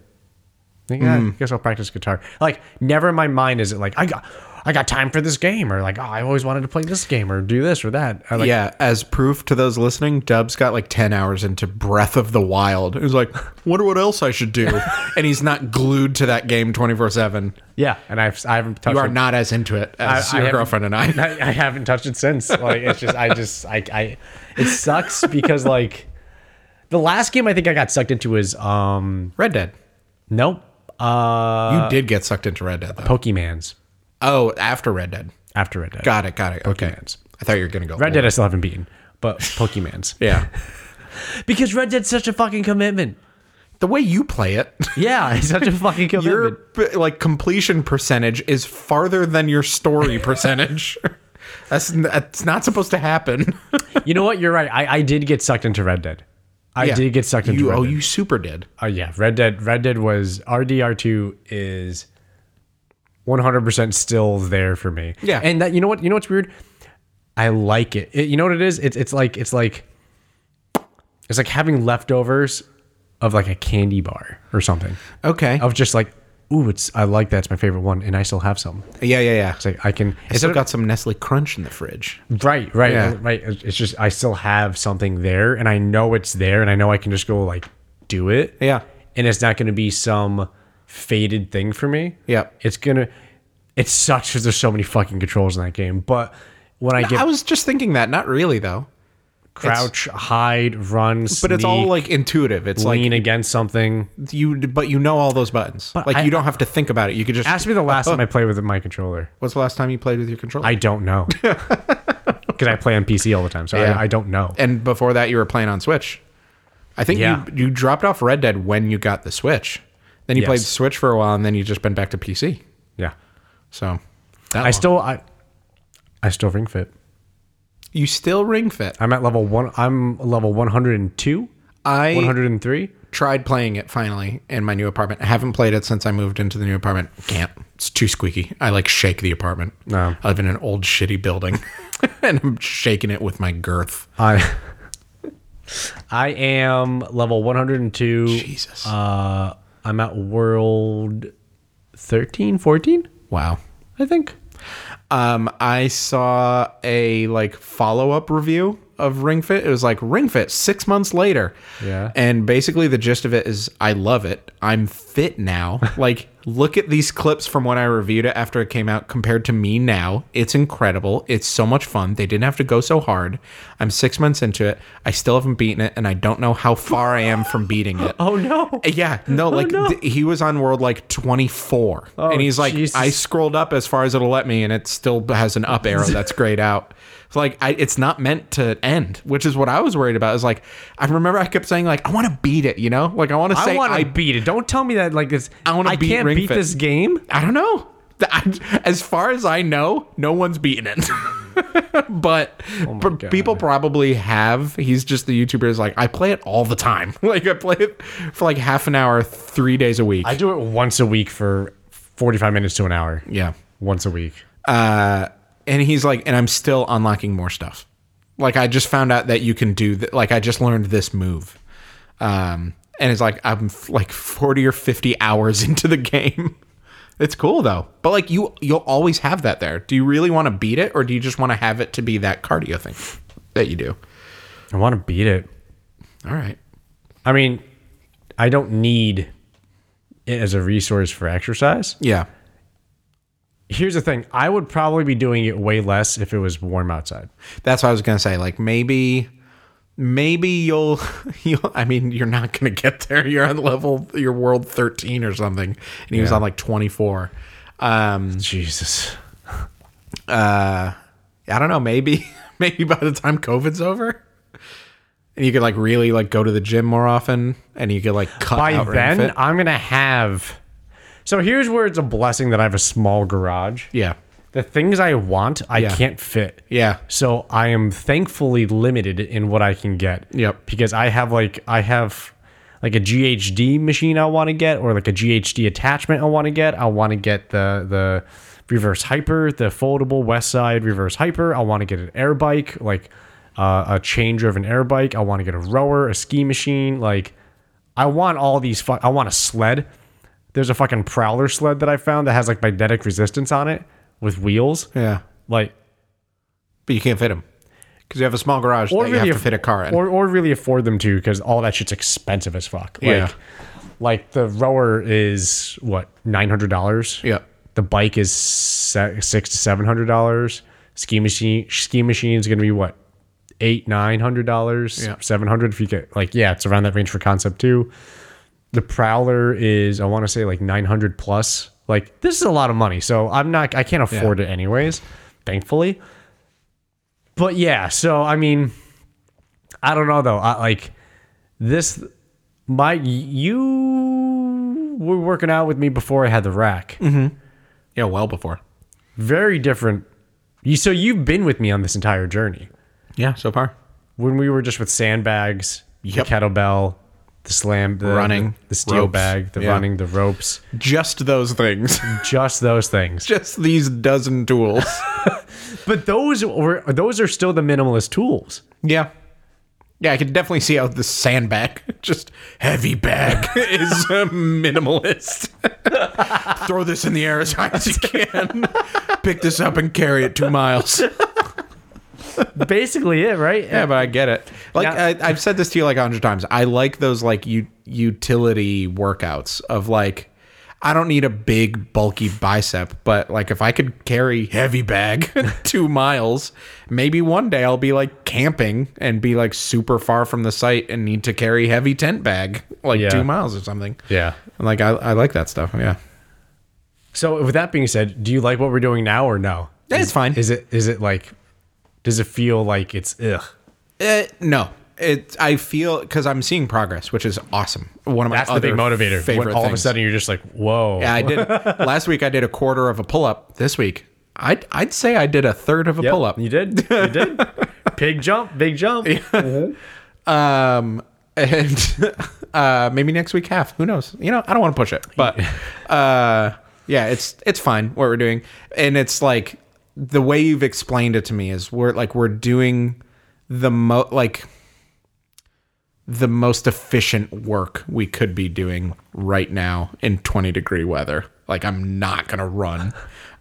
Speaker 2: Like,
Speaker 1: Mm-hmm.
Speaker 2: "Ah, I guess I'll practice guitar. Like, never in my mind is it like I got, I got time for this game, or like, oh, I always wanted to play this game, or do this or that. I, like,
Speaker 1: yeah, as proof to those listening, Dub's got like 10 hours into Breath of the Wild. He's like, wonder what else I should do. and he's not glued to that game 24 7.
Speaker 2: yeah. And I've, I haven't touched.
Speaker 1: You are
Speaker 2: it.
Speaker 1: not as into it as
Speaker 2: I- I
Speaker 1: your
Speaker 2: haven't-
Speaker 1: girlfriend and I.
Speaker 2: I, I haven't touched it since. Like, it's just, I just, I, I, it sucks because like, the last game I think I got sucked into was, um,
Speaker 1: Red Dead.
Speaker 2: nope, uh,
Speaker 1: You did get sucked into Red Dead, though.
Speaker 2: Pokemans
Speaker 1: Oh, after Red Dead.
Speaker 2: after Red Dead.
Speaker 1: Got it, got it. Okay.
Speaker 2: Pokemans.
Speaker 1: I thought you were going to go.
Speaker 2: Red Dead I still haven't beaten, but Pokemans
Speaker 1: Yeah.
Speaker 2: because Red Dead's such a fucking commitment.
Speaker 1: the way you play it,
Speaker 2: Yeah, it's such a fucking commitment.
Speaker 1: your p- like completion percentage is farther than your story percentage. That's n- that's not supposed to happen.
Speaker 2: You know what? You're right. I, I did get sucked into Red Dead. I
Speaker 1: Yeah.
Speaker 2: did get sucked into
Speaker 1: You,
Speaker 2: Red
Speaker 1: oh,
Speaker 2: Dead.
Speaker 1: you super did.
Speaker 2: Oh yeah, Red Dead. Red Dead was RDR2 is 100% still there for me.
Speaker 1: Yeah.
Speaker 2: and that you know what? You know what's weird? I like it. It- You know what it is? It's it's like it's like it's like having leftovers of like a candy bar or something.
Speaker 1: Okay.
Speaker 2: Of just like, ooh, it's I like that. It's my favorite one, and I still have some.
Speaker 1: Yeah, yeah, yeah.
Speaker 2: It's like I can.
Speaker 1: I
Speaker 2: It's
Speaker 1: still got some Nestle Crunch in the fridge.
Speaker 2: Right, right,
Speaker 1: Yeah.
Speaker 2: right. It's just I still have something there, and I know it's there, and I know I can just go like do it.
Speaker 1: Yeah.
Speaker 2: and it's not going to be some faded thing for me.
Speaker 1: Yeah.
Speaker 2: it's gonna. It sucks because there's so many fucking controls in that game. But when I
Speaker 1: I
Speaker 2: get
Speaker 1: was just thinking that, not really though.
Speaker 2: crouch, hide, run,
Speaker 1: But it's all like intuitive. It's like
Speaker 2: lean against something.
Speaker 1: you, but you know all those buttons. Like
Speaker 2: I-
Speaker 1: you don't have to think about it. You could just
Speaker 2: Ask me the last time I played with my controller.
Speaker 1: What's the last time you played with your controller?
Speaker 2: I don't know because I play on PC all the time, so
Speaker 1: Yeah.
Speaker 2: I, I don't know.
Speaker 1: and before that, you were playing on Switch. I think
Speaker 2: Yeah.
Speaker 1: you you dropped off Red Dead when you got the Switch. Then you
Speaker 2: Yes.
Speaker 1: played Switch for a while, and then you just been back to PC.
Speaker 2: Yeah,
Speaker 1: So that
Speaker 2: I still I, I still ring fit.
Speaker 1: you still ring fit.
Speaker 2: I'm at level one. I'm level 102,
Speaker 1: I
Speaker 2: 103.
Speaker 1: tried playing it finally in my new apartment. I haven't played it since I moved into the new apartment. Can't. It's too squeaky. I like shake the apartment.
Speaker 2: No.
Speaker 1: I live in an old shitty building and I'm shaking it with my girth.
Speaker 2: I I am level 102.
Speaker 1: Jesus.
Speaker 2: Uh, I'm at world 13, 14,
Speaker 1: wow.
Speaker 2: I think.
Speaker 1: Um, I saw a like follow up review of Ring Fit. It was like Ring Fit six months later.
Speaker 2: Yeah.
Speaker 1: And basically the gist of it is I love it. I'm fit now. like look at these clips from when I reviewed it after it came out compared to me now. It's incredible. It's so much fun. They didn't have to go so hard. I'm six months into it. I still haven't beaten it and I don't know how far I am from beating it.
Speaker 2: Oh no.
Speaker 1: Yeah, no, like
Speaker 2: Oh, no. Oh,
Speaker 1: th- he was on world like 24. and he's like,
Speaker 2: Jesus.
Speaker 1: I scrolled up as far as it'll let me, and it still has an up arrow that's grayed out. It's like, I, it's not meant to end, which is what I was worried about. Is like, I remember I kept saying, like, I want to beat it, you know? Like, I want to
Speaker 2: I
Speaker 1: say,
Speaker 2: want
Speaker 1: I,
Speaker 2: to beat it. Don't tell me that like it's
Speaker 1: I wanna beat
Speaker 2: can't
Speaker 1: Ring
Speaker 2: beat
Speaker 1: Fit.
Speaker 2: this game.
Speaker 1: I don't know. Th- I- as far as I know, no one's beaten it. but but
Speaker 2: Oh God.
Speaker 1: people probably have. He's just the YouTuber is like, I play it all the time. like, I play it for like half an hour, three days a week.
Speaker 2: I do it once a week for 45 minutes to an hour.
Speaker 1: yeah.
Speaker 2: Once a week.
Speaker 1: uh, and he's like, and I'm still unlocking more stuff. Like I just found out that you can do that. Like I just learned this move, um, and it's like I'm f- like 40 or 50 hours into the game. It's cool though, but like you, you'll always have that there. Do you really want to beat it, or do you just want to have it to be that cardio thing that you do?
Speaker 2: I want to beat it.
Speaker 1: All right,
Speaker 2: I mean, I don't need it as a resource for exercise.
Speaker 1: yeah,
Speaker 2: Here's the thing. I would probably be doing it way less if it was warm outside.
Speaker 1: that's what I was gonna say. Like maybe maybe you'll, you'll I mean, you're not going to get there. You're on level, you're world 13 or something. And he was
Speaker 2: Yeah.
Speaker 1: on like 24. Um,
Speaker 2: Jesus.
Speaker 1: I don't know, maybe, maybe by the time COVID's over. And you could like really like go to the gym more often and you could like cut
Speaker 2: By
Speaker 1: out Ring
Speaker 2: then,
Speaker 1: Fit.
Speaker 2: I'm gonna have. So here's where it's a blessing that I have a small garage.
Speaker 1: Yeah.
Speaker 2: The things I want, I
Speaker 1: Yeah.
Speaker 2: can't fit.
Speaker 1: Yeah.
Speaker 2: So I am thankfully limited in what I can get.
Speaker 1: Yep.
Speaker 2: Because I have like I have like a GHD machine I want to get, or like a GHD attachment I want to get. I want to get the the reverse hyper, the foldable West Side reverse hyper. I want to get an air bike, like uh, a chain driven air bike. I want to get a rower, a ski machine. Like I want all these. Fu- I want a sled. There's a fucking prowler sled that I found that has like magnetic resistance on it with wheels.
Speaker 1: Yeah.
Speaker 2: Like
Speaker 1: But you can't fit them because you have a small garage that you have to
Speaker 2: aff-
Speaker 1: fit a car in.
Speaker 2: Or, or really afford them to because all that shit's expensive as fuck. Like,
Speaker 1: Yeah.
Speaker 2: Like the rower is what nine hundred dollars.
Speaker 1: yeah.
Speaker 2: The bike is se- six to seven hundred dollars. Ski machine ski machine is gonna be what eight nine hundred dollars.
Speaker 1: Yeah.
Speaker 2: Seven hundred if you get like yeah, it's around that range for concept two. The prowler is I want to say like nine hundred plus. Like this is a lot of money, so I'm not I can't afford it anyways. Thankfully, but yeah. So I mean, I don't know though. I like this. My you were working out with me before I had the rack
Speaker 1: Yeah. Well before.
Speaker 2: very different. You so you've been with me on this entire journey.
Speaker 1: Yeah. So far.
Speaker 2: When we were just with sandbags,
Speaker 1: Yep.
Speaker 2: the kettlebell, the slam, the
Speaker 1: Running,
Speaker 2: the, steel
Speaker 1: ropes.
Speaker 2: bag, the
Speaker 1: Yeah.
Speaker 2: running, the ropes,
Speaker 1: Just those things.
Speaker 2: just those things.
Speaker 1: Just these dozen tools.
Speaker 2: But those were those are still the minimalist tools.
Speaker 1: yeah. Yeah. I could definitely see how the sandbag, just heavy bag, is a minimalist. Throw this in the air as high as you can. Pick this up and carry it two miles.
Speaker 2: Basically, it right.
Speaker 1: Yeah, but I get it. Like
Speaker 2: Yeah.
Speaker 1: I, I've said this to you like a hundred times. I like those like u- utility workouts of like I don't need a big bulky bicep, but like if I could carry heavy bag two miles, maybe one day I'll be like camping and be like super far from the site and need to carry heavy tent bag like
Speaker 2: Yeah.
Speaker 1: two miles or something.
Speaker 2: Yeah.
Speaker 1: And like I, I like that stuff. Yeah.
Speaker 2: So with that being said, do you like what we're doing now or no?
Speaker 1: Yeah, it's fine.
Speaker 2: Is it is it like? Does it feel like it's ugh?
Speaker 1: Uh, no. It, I feel because I'm seeing progress, which is awesome. One of my
Speaker 2: That's the big
Speaker 1: other
Speaker 2: motivator. When
Speaker 1: Favorite
Speaker 2: all of a
Speaker 1: things.
Speaker 2: sudden you're just like, whoa.
Speaker 1: Yeah, I did. Last week I did a quarter of a pull up. This week, I'd, I'd say I did a third of a
Speaker 2: Yep,
Speaker 1: pull up.
Speaker 2: You did. You did. Pig jump. Big jump.
Speaker 1: Um, and uh, maybe next week half. Who knows? You know, I don't want to push it, but uh, yeah, it's it's fine what we're doing, and it's like the way you've explained it to me is we're like we're doing the mo like the most efficient work we could be doing right now in 20 degree weather. Like, I'm not going to run.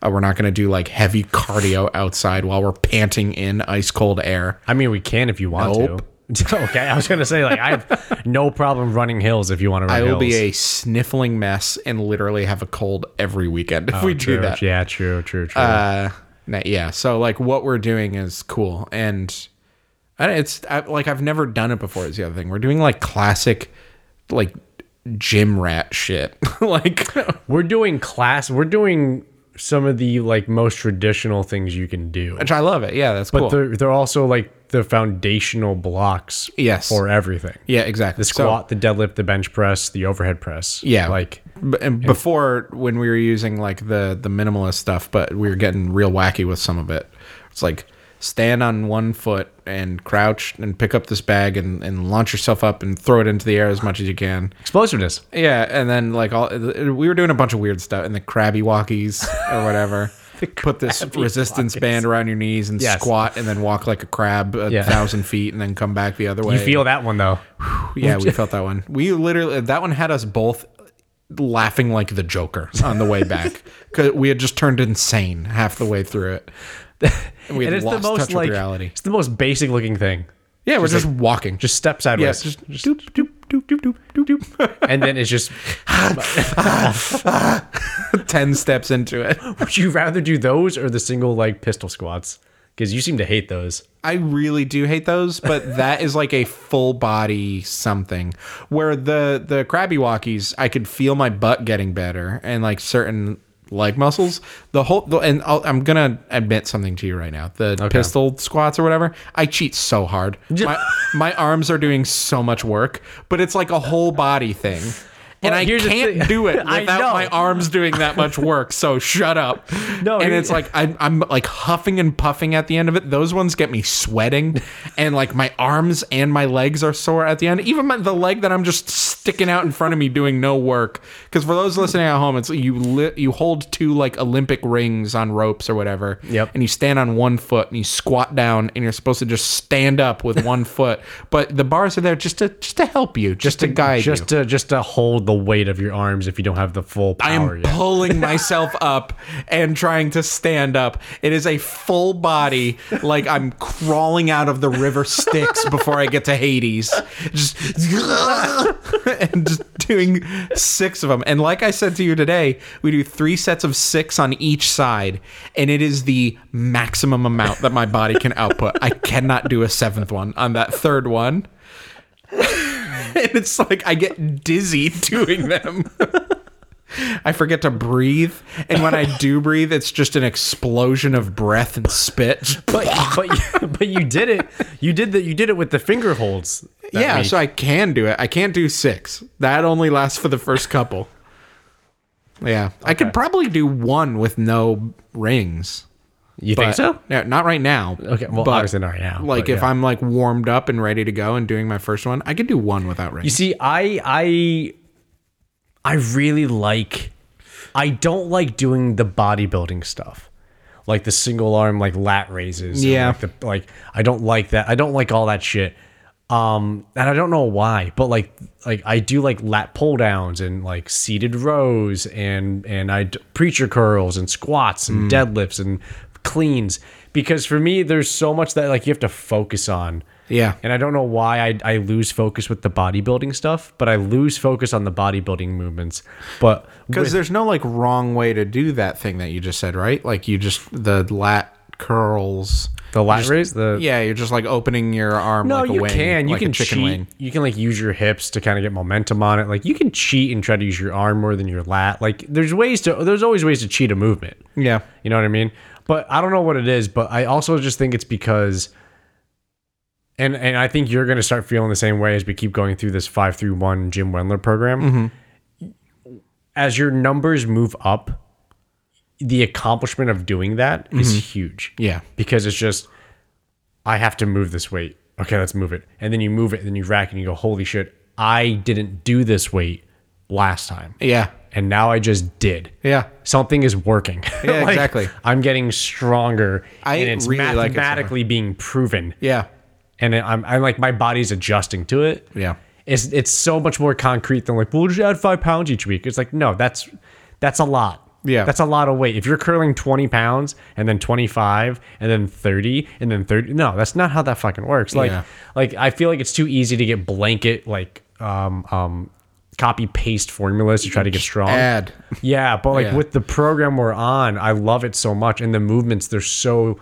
Speaker 1: Uh, we're not going to do like heavy cardio outside while we're panting in ice cold air.
Speaker 2: I mean, we can if you want
Speaker 1: Nope.
Speaker 2: to. okay, I was gonna say like I have no problem running hills if you want to run
Speaker 1: I will
Speaker 2: hills.
Speaker 1: be a sniffling mess and literally have a cold every weekend if we
Speaker 2: true,
Speaker 1: do that.
Speaker 2: Oh, Yeah, true, true, true.
Speaker 1: Uh, nah, yeah. So like what we're doing is cool, and I- it's I, like I've never done it before. Is the other thing we're doing like classic, like gym rat shit. like
Speaker 2: we're doing class. We're doing some of the like most traditional things you can do,
Speaker 1: which I love it. Yeah, that's
Speaker 2: but
Speaker 1: cool.
Speaker 2: they're they're also like the foundational blocks.
Speaker 1: Yes.
Speaker 2: for everything.
Speaker 1: yeah, exactly.
Speaker 2: The squat, the deadlift, the bench press, the overhead press.
Speaker 1: Yeah,
Speaker 2: like
Speaker 1: B- and before when we were using like the the minimalist stuff, but we were getting real wacky with some of it. It's like stand on one foot and crouch and pick up this bag and, and launch yourself up and throw it into the air as much as you can.
Speaker 2: explosiveness.
Speaker 1: Yeah, and then like all we were doing a bunch of weird stuff and the Krabby Walkies or whatever. Put this resistance band around your knees and
Speaker 2: Yes.
Speaker 1: squat, and then walk like a crab a
Speaker 2: Yeah.
Speaker 1: thousand feet, and then come back the other way.
Speaker 2: You feel that one though.
Speaker 1: Yeah, we felt that one. We literally that one had us both laughing like the Joker on the way back because we had just turned insane half the way through it. And we had
Speaker 2: And it's
Speaker 1: lost
Speaker 2: the most
Speaker 1: touch
Speaker 2: like
Speaker 1: with reality.
Speaker 2: it's the most basic looking thing.
Speaker 1: Yeah, we're just walking. Just
Speaker 2: Just step sideways.
Speaker 1: yeah, just, just doop doop doop doop doop doop
Speaker 2: and then it's just
Speaker 1: doop. Ten steps into it.
Speaker 2: would you rather do those or the single leg pistol squats Because you seem to hate those.
Speaker 1: I really do hate those, but that is like a full body something. Where the the Krabby Walkies, I could feel my butt getting better and like certain leg muscles. The whole the, and I'll, I'm gonna admit something to you right now. The pistol squats or whatever, I cheat so hard. My, my arms are doing so much work, but it's like a whole body thing. And
Speaker 2: Well,
Speaker 1: I
Speaker 2: here's the
Speaker 1: can't
Speaker 2: thing.
Speaker 1: do it
Speaker 2: I
Speaker 1: without
Speaker 2: know.
Speaker 1: my arms doing that much work. So shut up.
Speaker 2: No,
Speaker 1: and
Speaker 2: here-
Speaker 1: it's like like I'm, I'm like huffing and puffing at the end of it. Those ones get me sweating, and like my arms and my legs are sore at the end. Even my, the leg that I'm just sticking out in front of me doing no work. Because for those listening at home, it's you li- you hold two like Olympic rings on ropes or whatever.
Speaker 2: Yep.
Speaker 1: And you stand on one foot and you squat down, and you're supposed to just stand up with one foot. But the bars are there just to just to help you, just, to, guide you.
Speaker 2: Just to just to hold the weight of your arms if you don't have the full
Speaker 1: I am
Speaker 2: power yet.
Speaker 1: pulling myself up and trying to stand up. It is a full body, like I'm crawling out of the river Styx before I get to Hades. Just and just doing six of them. And like I said to you today, we do three sets of six on each side, and it is the maximum amount that my body can output. I cannot do a seventh one on that third one. and it's like I get dizzy doing them. I forget to breathe, and when I do breathe, it's just an explosion of breath and spit.
Speaker 2: But but but you did it. You did that. You did it with the finger holds. that
Speaker 1: yeah,
Speaker 2: week.
Speaker 1: so I can do it. I can't do six. That only lasts for the first couple. Yeah, I could probably do one with no rings.
Speaker 2: you think
Speaker 1: but-
Speaker 2: so?
Speaker 1: No, not right now.
Speaker 2: Okay, well, obviously not right now,
Speaker 1: Like
Speaker 2: but
Speaker 1: if
Speaker 2: yeah.
Speaker 1: I'm like warmed up and ready to go and doing my first one, I could do one without
Speaker 2: You
Speaker 1: rings.
Speaker 2: see, I I I really like I don't like doing the bodybuilding stuff. Like the single arm like lat raises. and,
Speaker 1: Yeah.
Speaker 2: Like, the, like I don't like that. I don't like all that shit. Um and I don't know why, but like like I do like lat pull downs and like seated rows and and I d- preacher curls and squats and deadlifts and cleans because for me there's so much that like you have to focus on.
Speaker 1: Yeah.
Speaker 2: And I don't know why I, I lose focus with the bodybuilding stuff, but I lose focus on the bodybuilding movements. But
Speaker 1: Because there's no like wrong way to do that thing that you just said, right? Like you just the lat curls.
Speaker 2: the lat raise, the
Speaker 1: Yeah, you're just like opening your arm.
Speaker 2: no,
Speaker 1: like a
Speaker 2: you
Speaker 1: wing,
Speaker 2: can you
Speaker 1: like a
Speaker 2: can
Speaker 1: chicken
Speaker 2: cheat.
Speaker 1: wing.
Speaker 2: You can like use your hips to kind of get momentum on it. Like you can cheat and try to use your arm more than your lat. Like there's ways to there's always ways to cheat a movement.
Speaker 1: Yeah,
Speaker 2: You know what I mean? But I don't know what it is, but I also just think it's because and and I think you're gonna start feeling the same way as we keep going through this five through one Jim Wendler program. As your numbers move up, the accomplishment of doing that is huge.
Speaker 1: yeah,
Speaker 2: Because it's just I have to move this weight. Okay, let's move it. And then you move it, and then you rack and you go, Holy shit, I didn't do this weight last time.
Speaker 1: yeah,
Speaker 2: And now I just did
Speaker 1: yeah.
Speaker 2: something is working.
Speaker 1: Yeah, exactly.
Speaker 2: I'm getting stronger,
Speaker 1: I
Speaker 2: and it's
Speaker 1: really like it so
Speaker 2: mathematically being proven.
Speaker 1: Yeah.
Speaker 2: And it- I'm, I'm like my body's adjusting to it.
Speaker 1: Yeah.
Speaker 2: it's it's so much more concrete than like we'll just add five pounds each week. It's like no, that's that's a lot.
Speaker 1: Yeah.
Speaker 2: that's a lot of weight. If you're curling 20 pounds and then 25 and then 30 and then 30, no, that's not how that fucking works. Like,
Speaker 1: Yeah.
Speaker 2: like I feel like it's too easy to get blanket like um um copy paste formulas to try to get strong.
Speaker 1: Add.
Speaker 2: Yeah, but like
Speaker 1: Yeah.
Speaker 2: with the program we're on, I love it so much, and the movements they're so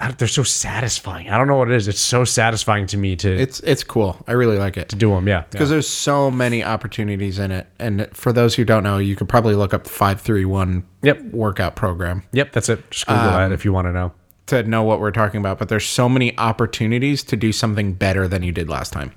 Speaker 2: I don't- they're so satisfying. I don't know what it is. It's so satisfying to me to,
Speaker 1: It's it's cool. I really like it
Speaker 2: do them. Yeah, yeah.
Speaker 1: because there's so many opportunities in it. And for those who don't know, you could probably look up the five three one
Speaker 2: Yep.
Speaker 1: workout program
Speaker 2: Yep, that's it. Just Google that if you want to know.
Speaker 1: to know what we're talking about. But there's so many opportunities to do something better than you did last time.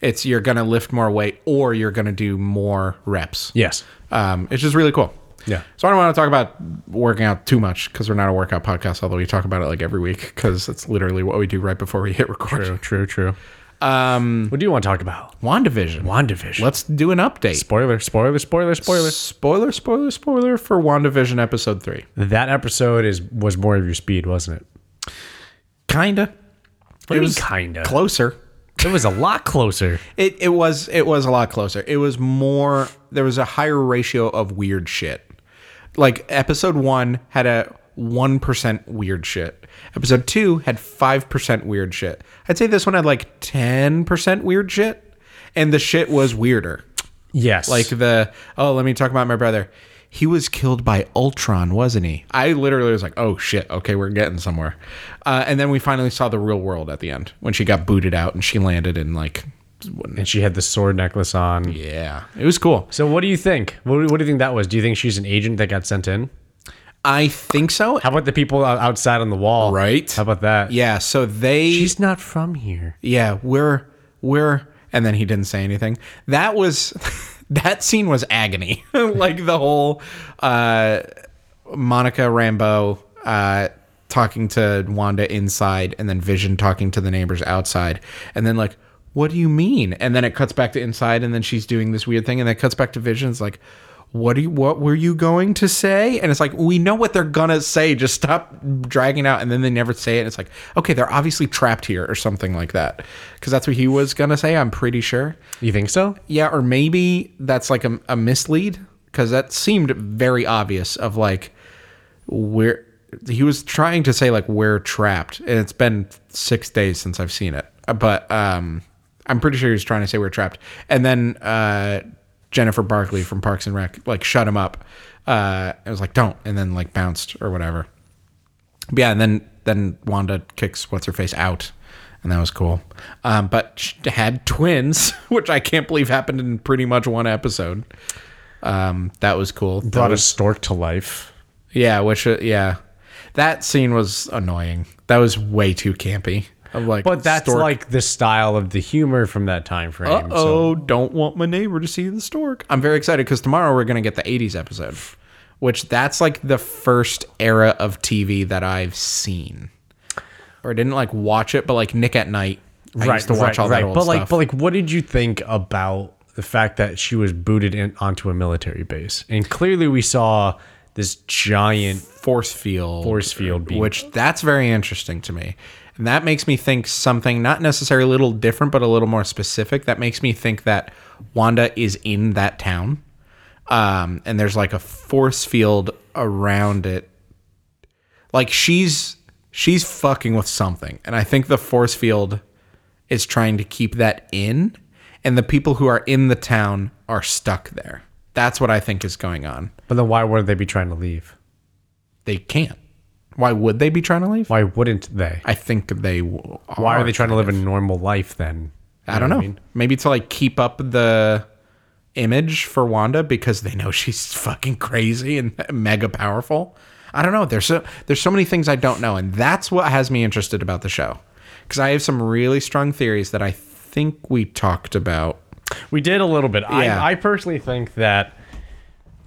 Speaker 1: It's you're gonna lift more weight or you're gonna do more reps.
Speaker 2: Yes.
Speaker 1: Um, it's just really cool.
Speaker 2: Yeah.
Speaker 1: So I don't want to talk about working out too much because we're not a workout podcast, although we talk about it like every week because it's literally what we do right before we hit record.
Speaker 2: True. True. True.
Speaker 1: Um,
Speaker 2: What do you want to talk about?
Speaker 1: WandaVision.
Speaker 2: Wandavision.
Speaker 1: Let's do an update.
Speaker 2: Spoiler. Spoiler. Spoiler. Spoiler.
Speaker 1: Spoiler, spoiler, spoiler for WandaVision episode three.
Speaker 2: That episode is was more of your speed, wasn't it?
Speaker 1: Kinda.
Speaker 2: What do
Speaker 1: it
Speaker 2: you mean
Speaker 1: was
Speaker 2: kinda?
Speaker 1: closer.
Speaker 2: It was a lot closer.
Speaker 1: It it was it was a lot closer. It was more. There was a higher ratio of weird shit. Like episode one had a one percent weird shit. Episode two had five percent weird shit. I'd say this one had like ten percent weird shit, and the shit was weirder.
Speaker 2: Yes.
Speaker 1: Like the oh, let me talk about my brother. he was killed by Ultron, wasn't he? I literally was like, oh shit, okay, we're getting somewhere. Uh, and then we finally saw the real world at the end when she got booted out and she landed in like,
Speaker 2: and she had the sword necklace on.
Speaker 1: yeah, it was cool.
Speaker 2: So what do you think? What, what do you think that was? Do you think she's an agent that got sent in?
Speaker 1: I think so.
Speaker 2: How about the people out- outside on the wall?
Speaker 1: Right.
Speaker 2: How about that?
Speaker 1: Yeah, so they.
Speaker 2: She's not from here.
Speaker 1: yeah, we're we're and then he didn't say anything. That was that scene was agony. like the whole uh Monica Rambeau uh talking to Wanda inside and then Vision talking to the neighbors outside and then like what do you mean? And then it cuts back to inside and then she's doing this weird thing and then it cuts back to Vision it's like what do you, what were you going to say? And it's like we know what they're gonna say. Just stop dragging out, and then they never say it. It's like okay, they're obviously trapped here or something like that, because that's what he was gonna say. I'm pretty sure.
Speaker 2: You think so?
Speaker 1: Yeah, or maybe that's like a, a mislead, because that seemed very obvious. Of like we're he was trying to say like we're trapped, and it's been six days since I've seen it, but um, I'm pretty sure he was trying to say we're trapped, and then uh. Jennifer Barkley from Parks and Rec like shut him up. Uh, I was like, don't, and then like bounced or whatever. But yeah, and then then Wanda kicks what's her face out, and that was cool. Um, but she had twins, which I can't believe happened in pretty much one episode. Um, that was cool. That
Speaker 2: Brought a
Speaker 1: was-
Speaker 2: stork to life.
Speaker 1: yeah, which uh, yeah, that scene was annoying. That was way too campy. Of like,
Speaker 2: But that's
Speaker 1: stork,
Speaker 2: like the style of the humor from that time frame. So
Speaker 1: oh, don't want my neighbor to see the stork. I'm very excited because tomorrow we're gonna get the '80s episode, which that's like the first era of TV that I've seen, or I didn't like watch it, but like Nick at Night, I used to watch all that old
Speaker 2: but
Speaker 1: stuff.
Speaker 2: like, but like, what did you think about the fact that she was booted in onto a military base? And clearly, we saw this giant
Speaker 1: force field,
Speaker 2: force field being
Speaker 1: which that's very interesting to me. And that makes me think something not necessarily a little different, but a little more specific. That makes me think that Wanda is in that town. Um, and there's like a force field around it. Like she's she's fucking with something. And I think the force field is trying to keep that in. And the people who are in the town are stuck there. That's what I think is going on.
Speaker 2: But then why would they be trying to leave?
Speaker 1: They can't. Why would they be trying to leave?
Speaker 2: Why wouldn't they?
Speaker 1: I think they. w- Are.
Speaker 2: Why are they trying to live a normal life then?
Speaker 1: I don't know. Maybe to like keep up the image for Wanda because they know she's fucking crazy and mega powerful. I don't know. There's so there's so many things I don't know, and that's what has me interested about the show because I have some really strong theories that I think we talked about.
Speaker 2: We did a little bit.
Speaker 1: Yeah.
Speaker 2: I, I personally think that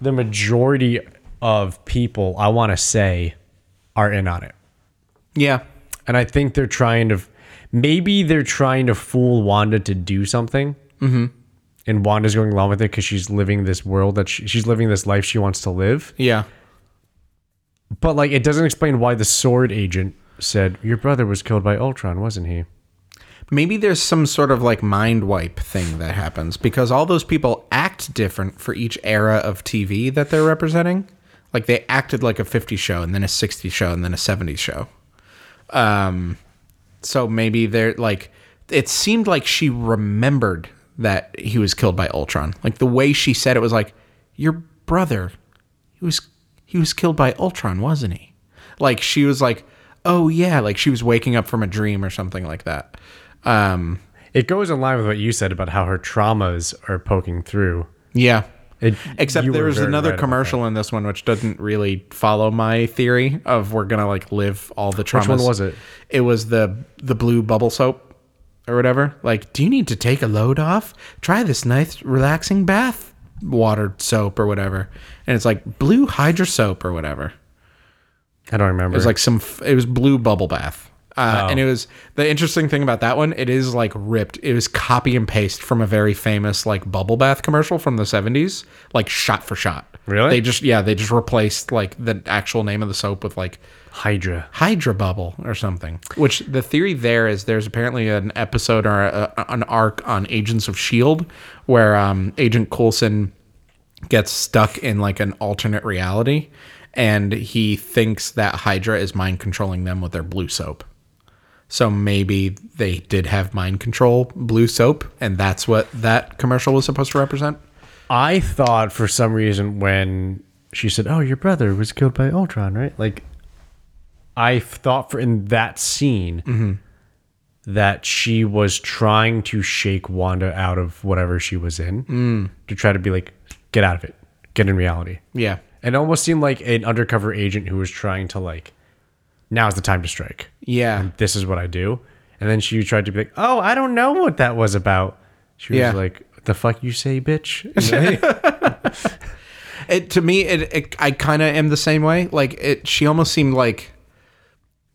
Speaker 2: the majority of people, I want to say, are in on it.
Speaker 1: Yeah,
Speaker 2: And I think they're trying to, maybe they're trying to fool Wanda to do something. Mm-hmm. And Wanda's going along with it because she's living this world that she, she's living this life she wants to live.
Speaker 1: yeah,
Speaker 2: But like, it doesn't explain why the sword agent said, Your brother was killed by Ultron, wasn't he?
Speaker 1: Maybe there's some sort of like mind wipe thing that happens because all those people act different for each era of TV that they're representing. Like they acted like a 50 show and then a 60 show and then a 70 show. Um, so maybe they're like, it seemed like she remembered that he was killed by Ultron. Like the way she said it was like, your brother, he was, he was killed by Ultron, wasn't he? Like she was like, oh yeah, like she was waking up from a dream or something like that. Um,
Speaker 2: It goes in line with what you said about how her traumas are poking through.
Speaker 1: yeah.
Speaker 2: It,
Speaker 1: Except
Speaker 2: you
Speaker 1: there
Speaker 2: were
Speaker 1: was
Speaker 2: very
Speaker 1: another
Speaker 2: right about
Speaker 1: commercial in this one which doesn't really follow my theory of we're gonna like live all the traumas.
Speaker 2: one was it?
Speaker 1: It was the the blue bubble soap or whatever. Like, do you need to take a load off? Try this nice relaxing bath water soap or whatever. And it's like blue hydra soap or whatever.
Speaker 2: that. I don't remember. Oh.
Speaker 1: It was like some. f- It was blue bubble bath. Uh, And it was the interesting thing about that one. It is like ripped. It was copy and paste from a very famous like bubble bath commercial from the seventies, like shot for shot.
Speaker 2: Really?
Speaker 1: They just yeah they just replaced like the actual name of the soap with like
Speaker 2: Hydra.
Speaker 1: Hydra Bubble or something. Which the theory there is there's apparently an episode or a, an arc on Agents of S.H.I.E.L.D. E where um, Agent Coulson gets stuck in like an alternate reality and he thinks that Hydra is mind controlling them with their blue soap. So maybe they did have mind control blue soap and that's what that commercial was supposed to represent.
Speaker 2: I thought for some reason when she said, "Oh, your brother was killed by Ultron, right?" Like, I thought for in that scene that she was trying to shake Wanda out of whatever she was in to try to be like, "Get out of it, get in reality."
Speaker 1: Yeah.
Speaker 2: It almost seemed like an undercover agent who was trying to like, "Now's the time to strike.
Speaker 1: Yeah.
Speaker 2: This is what I do." And then she tried to be like, "Oh, I don't know what that was about." She was
Speaker 1: Yeah.
Speaker 2: like, "The fuck you say, bitch." And then-
Speaker 1: It to me, it, it I kind of am the same way. Like it, she almost seemed like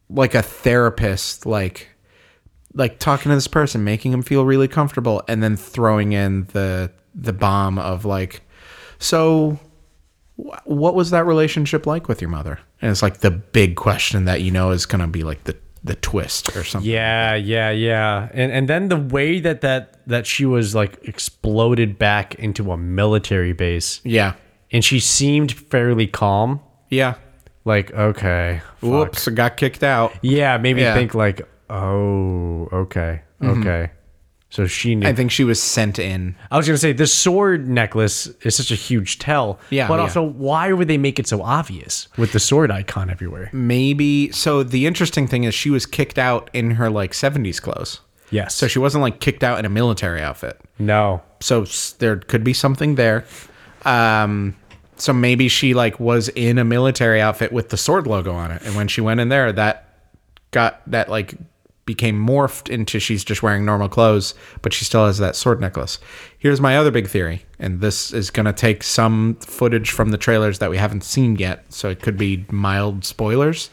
Speaker 1: like a therapist, like like talking to this person, making him feel really comfortable, and then throwing in the the bomb of like, so wh- what was that relationship like with your mother? And it's like the big question that you know is gonna be like the the twist or something.
Speaker 2: Yeah, yeah, yeah. And and then the way that that that she was like exploded back into a military base
Speaker 1: Yeah.
Speaker 2: and she seemed fairly calm.
Speaker 1: Yeah.
Speaker 2: Like, okay. fuck.
Speaker 1: Whoops, I got kicked out.
Speaker 2: Yeah, made me
Speaker 1: Yeah.
Speaker 2: think like, "Oh, okay. Okay." So she knew.
Speaker 1: I think she was sent in.
Speaker 2: I was going to say this sword necklace is such a huge tell.
Speaker 1: Yeah,
Speaker 2: But
Speaker 1: yeah.
Speaker 2: also, why would they make it so obvious with the sword icon everywhere?
Speaker 1: maybe so the interesting thing is she was kicked out in her like 70s clothes
Speaker 2: Yes.
Speaker 1: so she wasn't like kicked out in a military outfit
Speaker 2: no.
Speaker 1: so s- there could be something there um so maybe she like was in a military outfit with the sword logo on it and when she went in there that got that like became morphed into she's just wearing normal clothes but she still has that sword necklace here's my other big theory and this is going to take some footage from the trailers that we haven't seen yet so it could be mild spoilers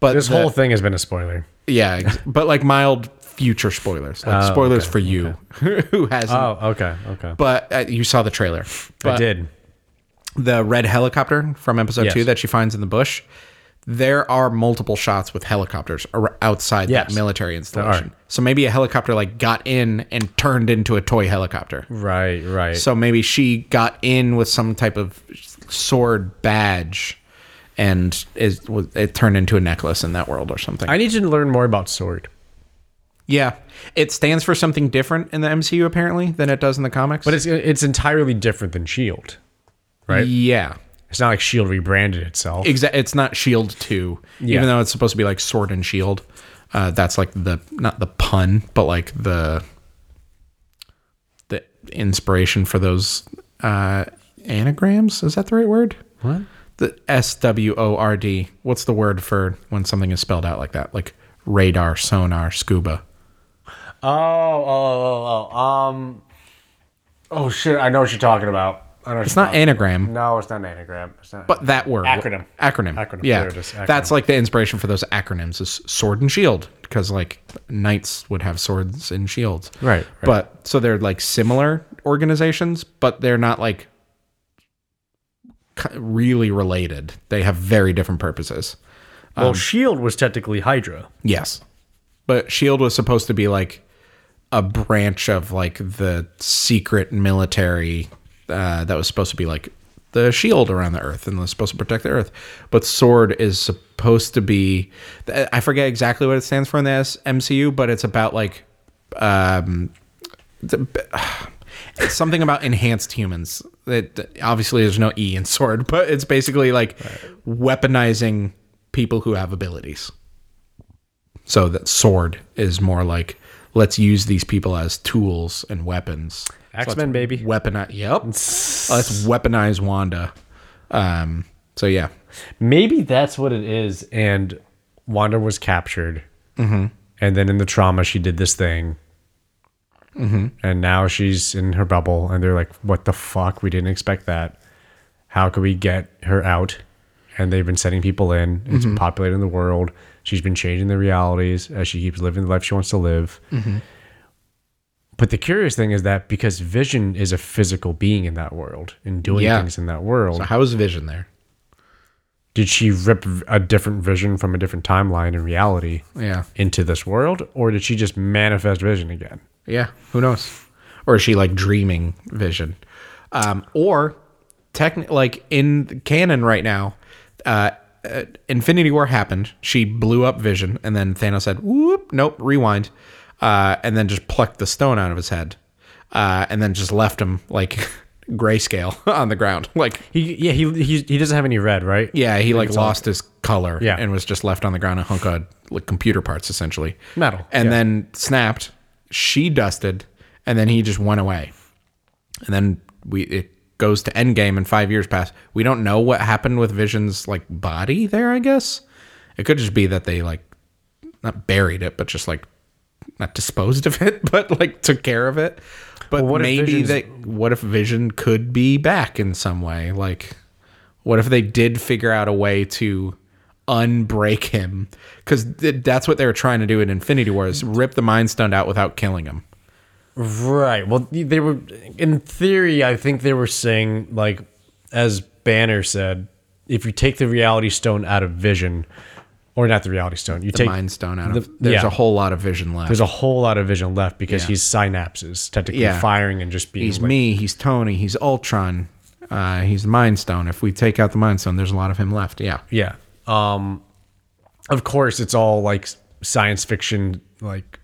Speaker 1: but
Speaker 2: This
Speaker 1: the-
Speaker 2: whole thing has been a spoiler.
Speaker 1: yeah, ex- but like mild future spoilers, like spoilers for you who hasn't.
Speaker 2: Oh, okay. Okay.
Speaker 1: But uh, you saw the trailer. But
Speaker 2: I did.
Speaker 1: The red helicopter from episode
Speaker 2: Yes.
Speaker 1: two that she finds in the bush. There are multiple shots with helicopters ar- outside
Speaker 2: Yes,
Speaker 1: that military
Speaker 2: are.
Speaker 1: installation. So maybe a helicopter like got in and turned into a toy helicopter.
Speaker 2: Right, right.
Speaker 1: So maybe she got in with some type of sword badge, and is was- it turned into a necklace in that world or something.
Speaker 2: I need to learn more about sword.
Speaker 1: Yeah, it stands for something different in the MCU apparently than it does in the comics.
Speaker 2: But it's it's entirely different than Shield. right?
Speaker 1: yeah,
Speaker 2: E It's not like Shield E rebranded itself.
Speaker 1: exa- It's not Shield two,
Speaker 2: Yeah.
Speaker 1: even though it's supposed to be like Sword and Shield. Uh, that's like the not the pun, but like the the inspiration for those uh, anagrams. Is that the right word?
Speaker 2: What?
Speaker 1: The S W O R D. What's the word for when something is spelled out like that? Like radar, sonar, scuba.
Speaker 2: Oh, oh, oh, oh. Um. Oh shit! I know what you're talking about. I know
Speaker 1: It's not anagram.
Speaker 2: No, it's not an anagram. It's not.
Speaker 1: But that word
Speaker 2: Acronym.
Speaker 1: acronym,
Speaker 2: Acronym.
Speaker 1: Yeah,
Speaker 2: There it is, acronym.
Speaker 1: that's like the inspiration for those acronyms is sword and shield because like knights would have swords and shields,
Speaker 2: Right, right.
Speaker 1: But so they're like similar organizations, but they're not like ki- really related. They have very different purposes.
Speaker 2: well, Shield E was technically Hydra.
Speaker 1: Yes, but shield E was supposed to be like a branch of like the secret military uh, that was supposed to be like the shield E around the earth and was supposed to protect the earth. But sword is supposed to be I forget exactly what it stands for in the S- MCU, but it's about like um the- it's something about enhanced humans. That obviously there's no E in sword, but it's basically like weaponizing people who have abilities. So that sword is more like let's use these people as tools and weapons.
Speaker 2: X Men, baby.
Speaker 1: Weaponize. Yep. let's weaponize Wanda. Um. So yeah.
Speaker 2: Maybe that's what it is. And Wanda was captured. And then in the trauma, she did this thing. And now she's in her bubble, and they're like, "What the fuck? We didn't expect that. How could we get her out?" And they've been sending people in. It's populating the world. She's been changing the realities as she keeps living the life she wants to live. But the curious thing is that because Vision is a physical being in that world and doing
Speaker 1: Yeah.
Speaker 2: things in that world,
Speaker 1: How is Vision there?
Speaker 2: did she rip a different vision from a different timeline and reality
Speaker 1: Yeah.
Speaker 2: into this world or did she just manifest vision again
Speaker 1: Yeah. Who knows? Or is she like dreaming Vision? Um. Or techni like in canon right now. Uh. uh, Infinity War happened. She blew up Vision, and then Thanos said, "Whoop, nope, rewind," uh, and then just plucked the stone out of his head, uh, and then just left him like grayscale on the ground. Like,
Speaker 2: He yeah he he, he doesn't have any red right.
Speaker 1: yeah, he like lost his color
Speaker 2: Yeah.
Speaker 1: and was just left on the ground a hunk of like computer parts essentially.
Speaker 2: Metal,
Speaker 1: And
Speaker 2: yeah.
Speaker 1: then snapped, she dusted, and then he just went away. And then we it goes to endgame and 5 years pass. We don't know what happened with Vision's like body there, I guess. It could just be that they like not buried it, but just like not disposed of it, but like took care of it. But
Speaker 2: what if
Speaker 1: maybe
Speaker 2: Vision's-
Speaker 1: they what if Vision could be back in some way? Like what if they did figure out a way to unbreak him? Cuz th- that's what they were trying to do in Infinity War is rip the mind stone out without killing him.
Speaker 2: Right. Well, they were in theory. I think they were saying like, as Banner said, if you take the Reality Stone out of Vision, or not the Reality Stone, you take
Speaker 1: mind stone out of
Speaker 2: the-
Speaker 1: there's
Speaker 2: yeah.
Speaker 1: a whole lot of vision left.
Speaker 2: there's a whole lot of Vision left because
Speaker 1: Yeah.
Speaker 2: he's synapses technically
Speaker 1: Yeah.
Speaker 2: firing and just being
Speaker 1: he's
Speaker 2: like,
Speaker 1: me, he's Tony, he's Ultron, uh, he's the mind stone. If we take out the mind stone, there's a lot of him left. Yeah.
Speaker 2: yeah. Um, of course, it's all like science fiction, like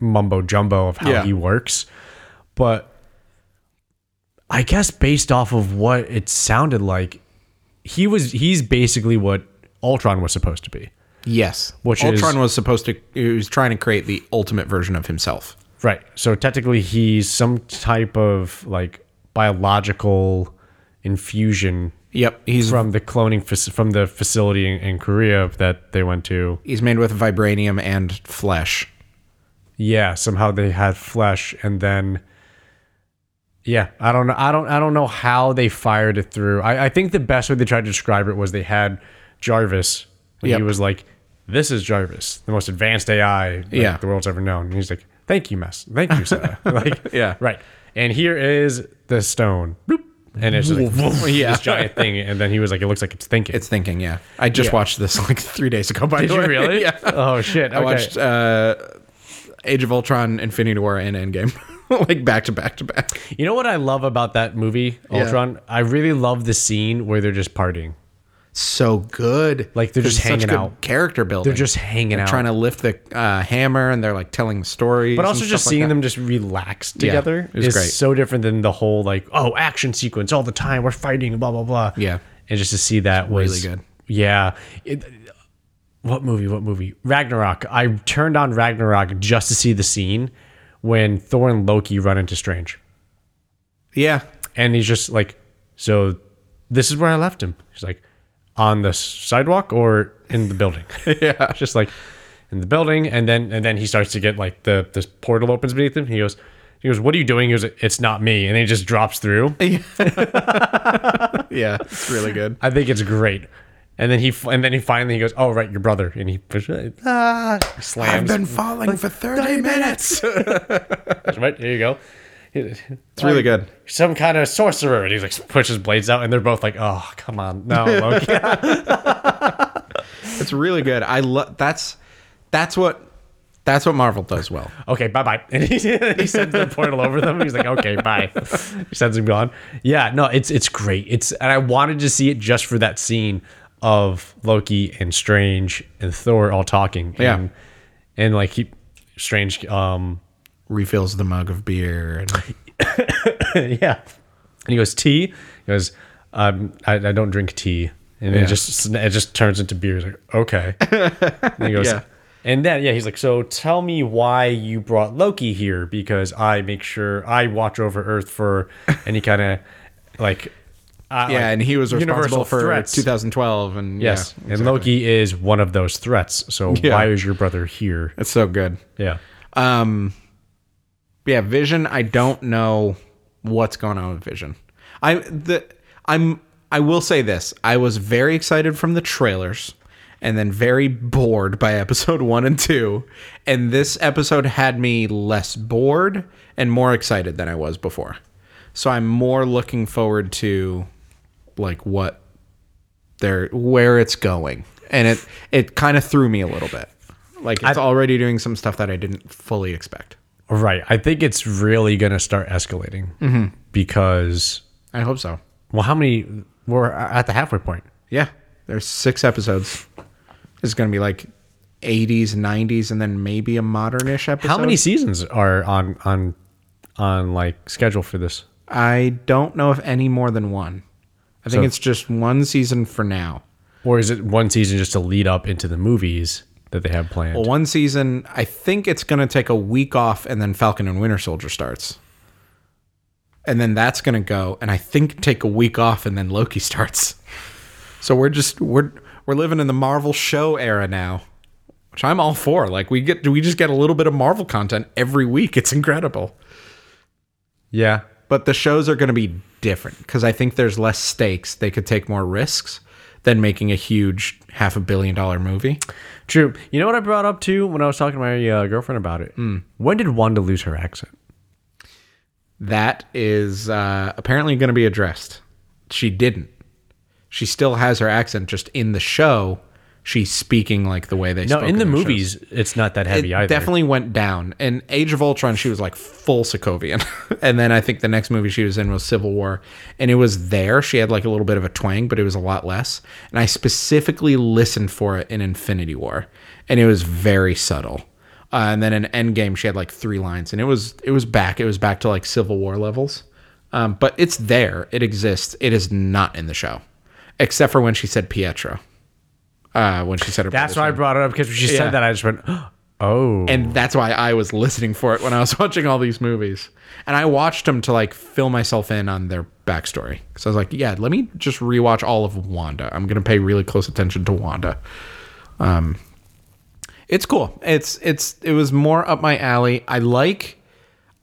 Speaker 2: mumbo jumbo of how
Speaker 1: Yeah.
Speaker 2: he works, but I guess based off of what it sounded like, he was he's basically what Ultron was supposed to be.
Speaker 1: Yes.
Speaker 2: Which
Speaker 1: Ultron
Speaker 2: is-
Speaker 1: was supposed to he was trying to create the ultimate version of himself.
Speaker 2: Right. So technically he's some type of like biological infusion
Speaker 1: Yep. He's
Speaker 2: from the cloning fac- from the facility in, in Korea that they went to.
Speaker 1: he's made with vibranium and flesh.
Speaker 2: Yeah, somehow they had flesh and then yeah, I don't know. I don't. I don't know how they fired it through. I, I think the best way they tried to describe it was they had Jarvis. and
Speaker 1: Yep.
Speaker 2: He was like, "This is Jarvis, the most advanced AI like,
Speaker 1: Yeah.
Speaker 2: the world's ever known." And he's like, "Thank you, mess. Thank you, Sarah." like,
Speaker 1: Yeah.
Speaker 2: right. And here is the stone, Bloop. and it's just like,
Speaker 1: Yeah.
Speaker 2: this giant thing. And then he was like, "It looks like it's thinking."
Speaker 1: It's thinking, yeah. I just watched this like three days ago. By
Speaker 2: Did
Speaker 1: the
Speaker 2: you
Speaker 1: way,
Speaker 2: really?
Speaker 1: yeah.
Speaker 2: Oh shit!
Speaker 1: I watched uh, Age of Ultron, Infinity War, and Endgame, like back to back to back.
Speaker 2: You know what I love about that movie,
Speaker 1: Yeah.
Speaker 2: Ultron? I really love the scene where they're just partying.
Speaker 1: So good.
Speaker 2: Like, they're
Speaker 1: There's
Speaker 2: just
Speaker 1: such
Speaker 2: hanging
Speaker 1: good
Speaker 2: out.
Speaker 1: Character building.
Speaker 2: They're just hanging out.
Speaker 1: trying to lift the uh, hammer, and they're like telling stories.
Speaker 2: but also just seeing them just relax together
Speaker 1: it was
Speaker 2: is
Speaker 1: great.
Speaker 2: so different than the whole like, oh, action sequence all the time, we're fighting, blah blah blah.
Speaker 1: Yeah.
Speaker 2: And just to see that was
Speaker 1: really good.
Speaker 2: Yeah. It- what movie? What movie? Ragnarok. I turned on Ragnarok just to see the scene when Thor and Loki run into Strange.
Speaker 1: Yeah.
Speaker 2: And he's just like, so this is where I left him. He's like, on the sidewalk or in the building. yeah, just like in the building. And then and then he starts to get like the this portal opens beneath him. He goes, he goes, what are you doing? He goes, it's not me. And then he just drops through.
Speaker 1: Yeah. It's really good.
Speaker 2: I think it's great. And then he f- and then he finally he goes, oh right, your brother. And he ah, slams.
Speaker 1: falling for 30 minutes. it's
Speaker 2: right here you go. It's
Speaker 1: really good.
Speaker 2: Some kind of sorcerer, and he's like pushes blades out, and they're both like, "Oh, come on, no, Loki."
Speaker 1: It's really good. I love that's that's what that's what Marvel does well.
Speaker 2: okay, bye bye. And he, he sends the portal over them. He's like, okay, bye. He sends him gone. Yeah, no, it's it's great. It's and I wanted to see it just for that scene of Loki and Strange and Thor all talking. And,
Speaker 1: Yeah.
Speaker 2: and like he Strange, um,
Speaker 1: Refills the mug of beer and
Speaker 2: yeah. And he goes tea. He goes, um, I, I don't drink tea. And
Speaker 1: Yeah.
Speaker 2: it just it just turns into beer. He's like, okay. and he goes,
Speaker 1: Yeah.
Speaker 2: and then yeah, he's like, so tell me why you brought Loki here because I make sure I watch over Earth for any kind of like. Uh,
Speaker 1: yeah,
Speaker 2: like,
Speaker 1: and he was
Speaker 2: universal
Speaker 1: responsible for
Speaker 2: threats.
Speaker 1: 2012 and
Speaker 2: Yes,
Speaker 1: yeah,
Speaker 2: and Loki is one of those threats. So
Speaker 1: Yeah.
Speaker 2: why is your brother here?
Speaker 1: it's so good.
Speaker 2: Yeah,
Speaker 1: Um, yeah, Vision. I don't know what's going on with Vision. I the I'm I will say this. I was very excited from the trailers, and then very bored by episode one and two. And this episode had me less bored and more excited than I was before. So I'm more looking forward to like what they're where it's going, and it it kind of threw me a little bit. Like it's already doing some stuff that I didn't fully expect.
Speaker 2: right. I think it's really gonna start escalating
Speaker 1: Mm-hmm.
Speaker 2: because
Speaker 1: I hope so.
Speaker 2: Well, how many? We're at the halfway point.
Speaker 1: Yeah, there's six episodes. It's gonna be like 80s, 90s, and then maybe a modernish episode.
Speaker 2: How many seasons are on on on like schedule for this?
Speaker 1: I don't know if any more than one. I think
Speaker 2: So-
Speaker 1: it's just one season for now.
Speaker 2: Or is it one season just to lead up into the movies that they have planned?
Speaker 1: Well, one season, I think it's going to take a week off, and then Falcon and Winter Soldier starts. And then that's going to go, and I think take a week off, and then Loki starts. So we're just we're we're living in the Marvel show era now, which I'm all for. Like we get we just get a little bit of Marvel content every week. It's incredible.
Speaker 2: yeah.
Speaker 1: But the shows are going to be different because I think there's less stakes. They could take more risks than making a huge half a billion dollar movie.
Speaker 2: True. You know what I brought up too when I was talking to my uh, girlfriend about it? When did Wanda lose her accent?
Speaker 1: That is uh, apparently going to be addressed. She didn't. She still has her accent, just in the show, she's speaking like the way they.
Speaker 2: No,
Speaker 1: spoke
Speaker 2: in the
Speaker 1: their shows.
Speaker 2: movies, it's not that
Speaker 1: it
Speaker 2: heavy either.
Speaker 1: definitely went down. In Age of Ultron, she was like full Sokovian, and then I think the next movie she was in was Civil War, and it was there. She had like a little bit of a twang, but it was a lot less. And I specifically listened for it in Infinity War, and it was very subtle. Uh, and then in Endgame, she had like three lines, and it was it was back. It was back to like Civil War levels. Um, but it's there. It exists. It is not in the show, except for when she said Pietro. Uh, when she said her
Speaker 2: That's
Speaker 1: brother's
Speaker 2: why I
Speaker 1: name.
Speaker 2: brought it up because when she
Speaker 1: Yeah.
Speaker 2: said that, I just went, oh.
Speaker 1: and that's why I was listening for it when I was watching all these movies. And I watched them to like fill myself in on their backstory because I was like, yeah, let me just rewatch all of Wanda. I'm gonna pay really close attention to Wanda. Um, it's cool. It's it's it was more up my alley. I like.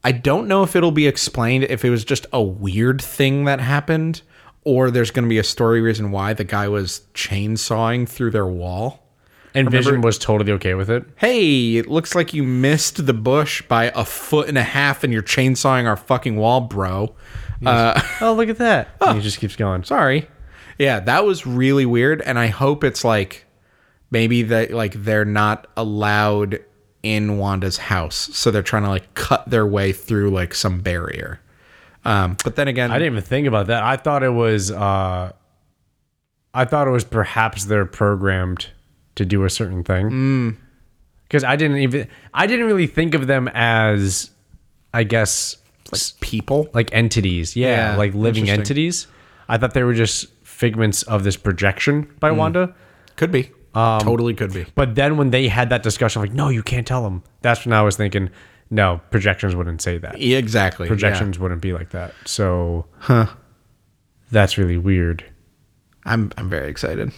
Speaker 1: I don't know if it'll be explained if it was just a weird thing that happened or there's going to be a story reason why the guy was chainsawing through their wall
Speaker 2: And Vision was totally okay with it.
Speaker 1: hey, it looks like you missed the bush by a foot and a half and you're chainsawing our fucking wall, bro. Uh,
Speaker 2: Oh, look at that. And he just keeps going.
Speaker 1: sorry. Yeah, that was really weird. And I hope it's like maybe that like they're not allowed in Wanda's house. So they're trying to like cut their way through like some barrier. Um, but then again,
Speaker 2: I didn't even think about that. I thought it was, uh, I thought it was perhaps they're programmed to do a certain thing.
Speaker 1: Mm.
Speaker 2: Because I didn't even, I didn't really think of them as, I guess, s-
Speaker 1: people.
Speaker 2: like entities. Yeah,
Speaker 1: Yeah,
Speaker 2: like living
Speaker 1: interesting.
Speaker 2: entities. I thought they were just figments of this projection
Speaker 1: Mm.
Speaker 2: by Wanda.
Speaker 1: Could be.
Speaker 2: Um,
Speaker 1: totally could be.
Speaker 2: But then when they had that discussion, like, no, you can't tell them. That's when I was thinking, no, projections wouldn't say that.
Speaker 1: Yeah, exactly. yeah.
Speaker 2: Projections wouldn't be like that. So, huh? That's really weird.
Speaker 1: I'm I'm very excited.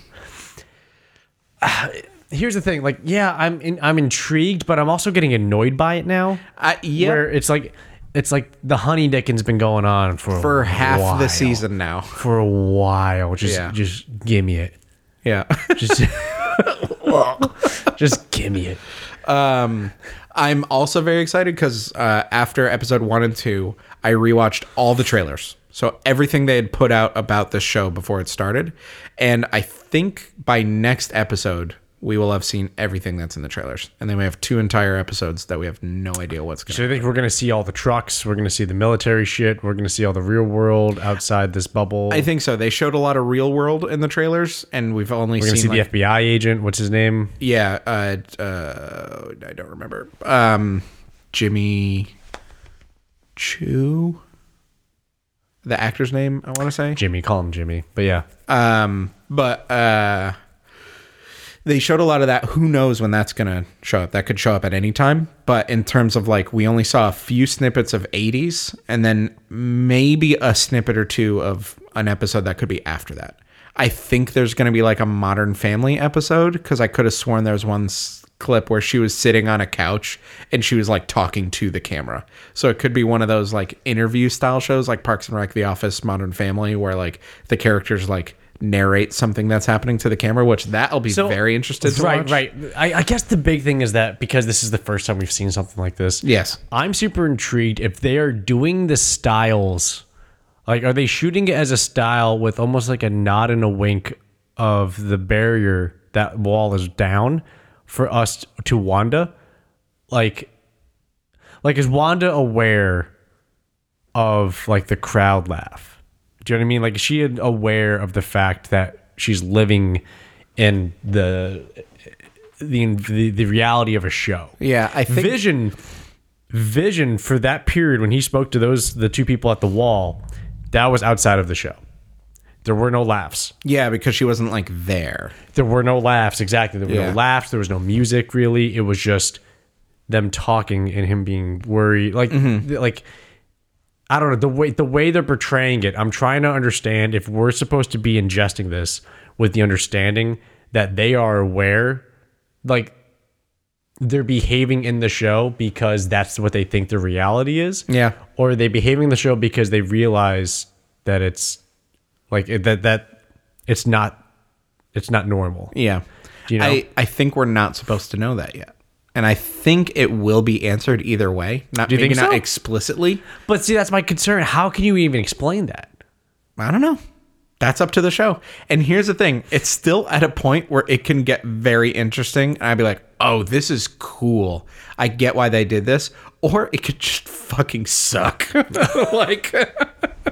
Speaker 2: Here's the thing, like, yeah, I'm in, I'm intrigued, but I'm also getting annoyed by it now.
Speaker 1: I, yeah.
Speaker 2: Where it's like, it's like the honey dickin's been going on for
Speaker 1: for
Speaker 2: a
Speaker 1: half the
Speaker 2: while.
Speaker 1: season now.
Speaker 2: For a while, just
Speaker 1: Yeah.
Speaker 2: just give me it.
Speaker 1: Yeah.
Speaker 2: Just, just give me it.
Speaker 1: Um, I'm also very excited because uh, after episode one and two, I rewatched all the trailers. So everything they had put out about this show before it started, and I think by next episode we will have seen everything that's in the trailers, and then we have two entire episodes that we have no idea what's going. to
Speaker 2: So I think we're gonna see all the trucks. We're gonna see the military shit. We're gonna see all the real world outside this bubble.
Speaker 1: I think so. They showed a lot of real world in the trailers, and we've only
Speaker 2: we're gonna
Speaker 1: seen
Speaker 2: see
Speaker 1: like,
Speaker 2: the FBI agent. What's his name?
Speaker 1: Yeah, uh, uh, I don't remember. Um, Jimmy Chu, the actor's name, I want to say.
Speaker 2: Jimmy. Call him Jimmy. But yeah,
Speaker 1: Um, but uh, they showed a lot of that. Who knows when that's gonna show up? That could show up at any time. But in terms of like, we only saw a few snippets of '80s, and then maybe a snippet or two of an episode that could be after that. I think there's gonna be like a Modern Family episode because I could have sworn there's one s- clip where she was sitting on a couch and she was like talking to the camera. So it could be one of those like interview style shows like Parks and Rec, The Office, Modern Family, where like the characters like narrate something that's happening to the camera, which that'll be very interested to
Speaker 2: Right,
Speaker 1: watch.
Speaker 2: right. I, I guess the big thing is that because this is the first time we've seen something like this.
Speaker 1: Yes.
Speaker 2: I'm super intrigued if they are doing the styles. Like, are they shooting it as a style with almost like a nod and a wink of the barrier that wall is down for us to Wanda? Like, like is Wanda aware of like the crowd laugh? Do you know what I mean? Like, is she aware of the fact that she's living in the the the, the reality of a show?
Speaker 1: Yeah, I think
Speaker 2: Vision Vision for that period when he spoke to those the two people at the wall, that was outside of the show. There were no laughs.
Speaker 1: Yeah, because she wasn't like there.
Speaker 2: There were no laughs. Exactly. There were
Speaker 1: Yeah.
Speaker 2: no laughs. There was no music really. It was just them talking and him being worried. Like
Speaker 1: Mm-hmm.
Speaker 2: th- like I don't know the way the way they're portraying it. I'm trying to understand if we're supposed to be ingesting this with the understanding that they are aware like they're behaving in the show because that's what they think the reality is.
Speaker 1: Yeah.
Speaker 2: Or are they behaving in the show because they realize that it's like it- that that it's not it's not normal.
Speaker 1: Yeah.
Speaker 2: Do you know?
Speaker 1: I, I think we're not supposed to know that yet. And I think it will be answered either way. Not
Speaker 2: you
Speaker 1: maybe
Speaker 2: think
Speaker 1: not
Speaker 2: so?
Speaker 1: explicitly.
Speaker 2: But see, that's my concern. How can you even explain that?
Speaker 1: I don't know. That's up to the show. And here's the thing it's still at a point where it can get very interesting. And I'd be like, oh, this is cool. I get why they did this. Or it could just fucking suck. like,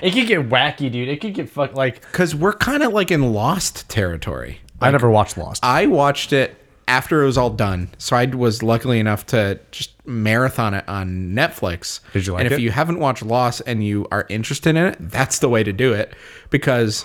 Speaker 2: It could get wacky, dude. It could get fuck like
Speaker 1: because we're kind of like in lost territory.
Speaker 2: I never watched Lost.
Speaker 1: I watched it after it was all done. So I was luckily enough to just marathon it on Netflix.
Speaker 2: Did you like
Speaker 1: and if
Speaker 2: it?
Speaker 1: you haven't watched Lost and you are interested in it, that's the way to do it because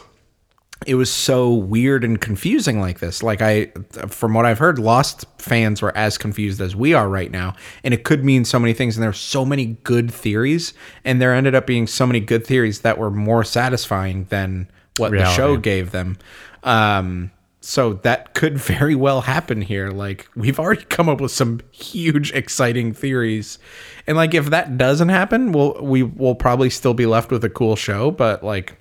Speaker 1: it was so weird and confusing like this. Like I from what I've heard, Lost fans were as confused as we are right now. And it could mean so many things and there were so many good theories and there ended up being so many good theories that were more satisfying than what
Speaker 2: Reality.
Speaker 1: the show gave them. Um, so that could very well happen here. Like we've already come up with some huge, exciting theories, and like if that doesn't happen, we'll we will probably still be left with a cool show. But like,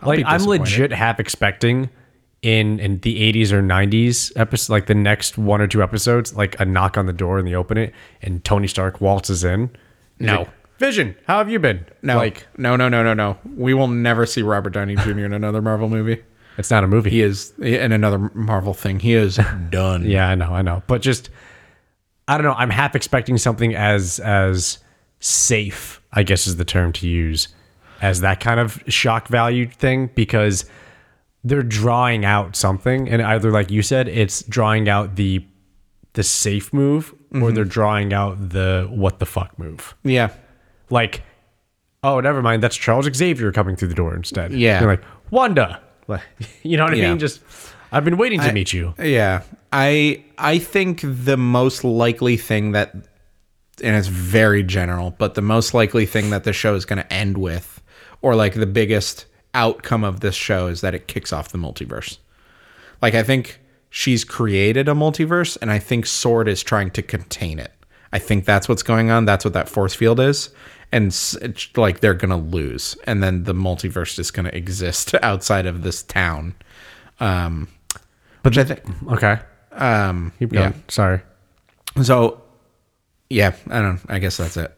Speaker 1: I'll
Speaker 2: like
Speaker 1: be
Speaker 2: I'm
Speaker 1: disappointed.
Speaker 2: legit half expecting in in the 80s or 90s episode, like the next one or two episodes, like a knock on the door and they open it, and Tony Stark waltzes in. He's
Speaker 1: No.
Speaker 2: like, Vision, how have you been?
Speaker 1: No,
Speaker 2: like
Speaker 1: no, no, no, no, no. We will never see Robert Downey Jr. in another Marvel movie.
Speaker 2: it's not a movie.
Speaker 1: He is in another Marvel thing. He is done.
Speaker 2: Yeah, I know, I know. But just I don't know, I'm half expecting something as as safe, I guess is the term to use, as that kind of shock value thing because they're drawing out something and either like you said, it's drawing out the the safe move
Speaker 1: Mm-hmm.
Speaker 2: or they're drawing out the what the fuck move.
Speaker 1: yeah,
Speaker 2: Like oh, never mind, that's Charles Xavier coming through the door instead.
Speaker 1: Yeah.
Speaker 2: You're like, "Wanda." Like, you know what I
Speaker 1: Yeah.
Speaker 2: mean? Just I've been waiting to meet you.
Speaker 1: Yeah. I I think the most likely thing that and it's very general, but the most likely thing that the show is going to end with or like the biggest outcome of this show is that it kicks off the multiverse. Like I think she's created a multiverse and I think Sword is trying to contain it. I think that's what's going on. That's what that force field is. And s- it's like they're going to lose and then the multiverse is going to exist outside of this town. Um but I think
Speaker 2: Okay.
Speaker 1: um,
Speaker 2: Keep going.
Speaker 1: yeah.
Speaker 2: Sorry.
Speaker 1: So, yeah, I don't. I guess that's it.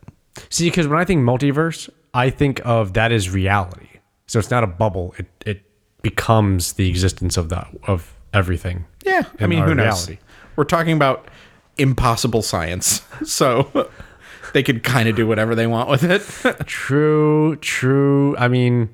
Speaker 2: See, because when I think multiverse, I think of that is reality. So it's not a bubble. It it becomes the existence of the of everything.
Speaker 1: Yeah, I
Speaker 2: in
Speaker 1: mean,
Speaker 2: our
Speaker 1: who knows?
Speaker 2: reality.
Speaker 1: We're talking about impossible science, so they could kind of do whatever they want with it.
Speaker 2: True. True. I mean,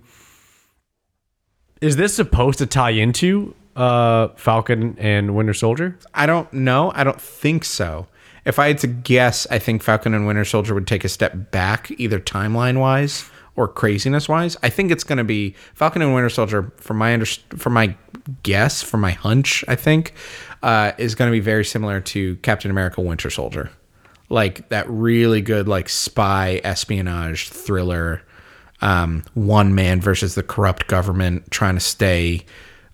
Speaker 2: is this supposed to tie into uh Falcon and Winter Soldier?
Speaker 1: I don't know. I don't think so. If I had to guess, I think Falcon and Winter Soldier would take a step back, either timeline wise or craziness wise. I think it's going to be Falcon and Winter Soldier. From my under, from my guess, from my hunch, I think uh, is going to be very similar to Captain America: Winter Soldier, like that really good like spy espionage thriller, um, one man versus the corrupt government trying to stay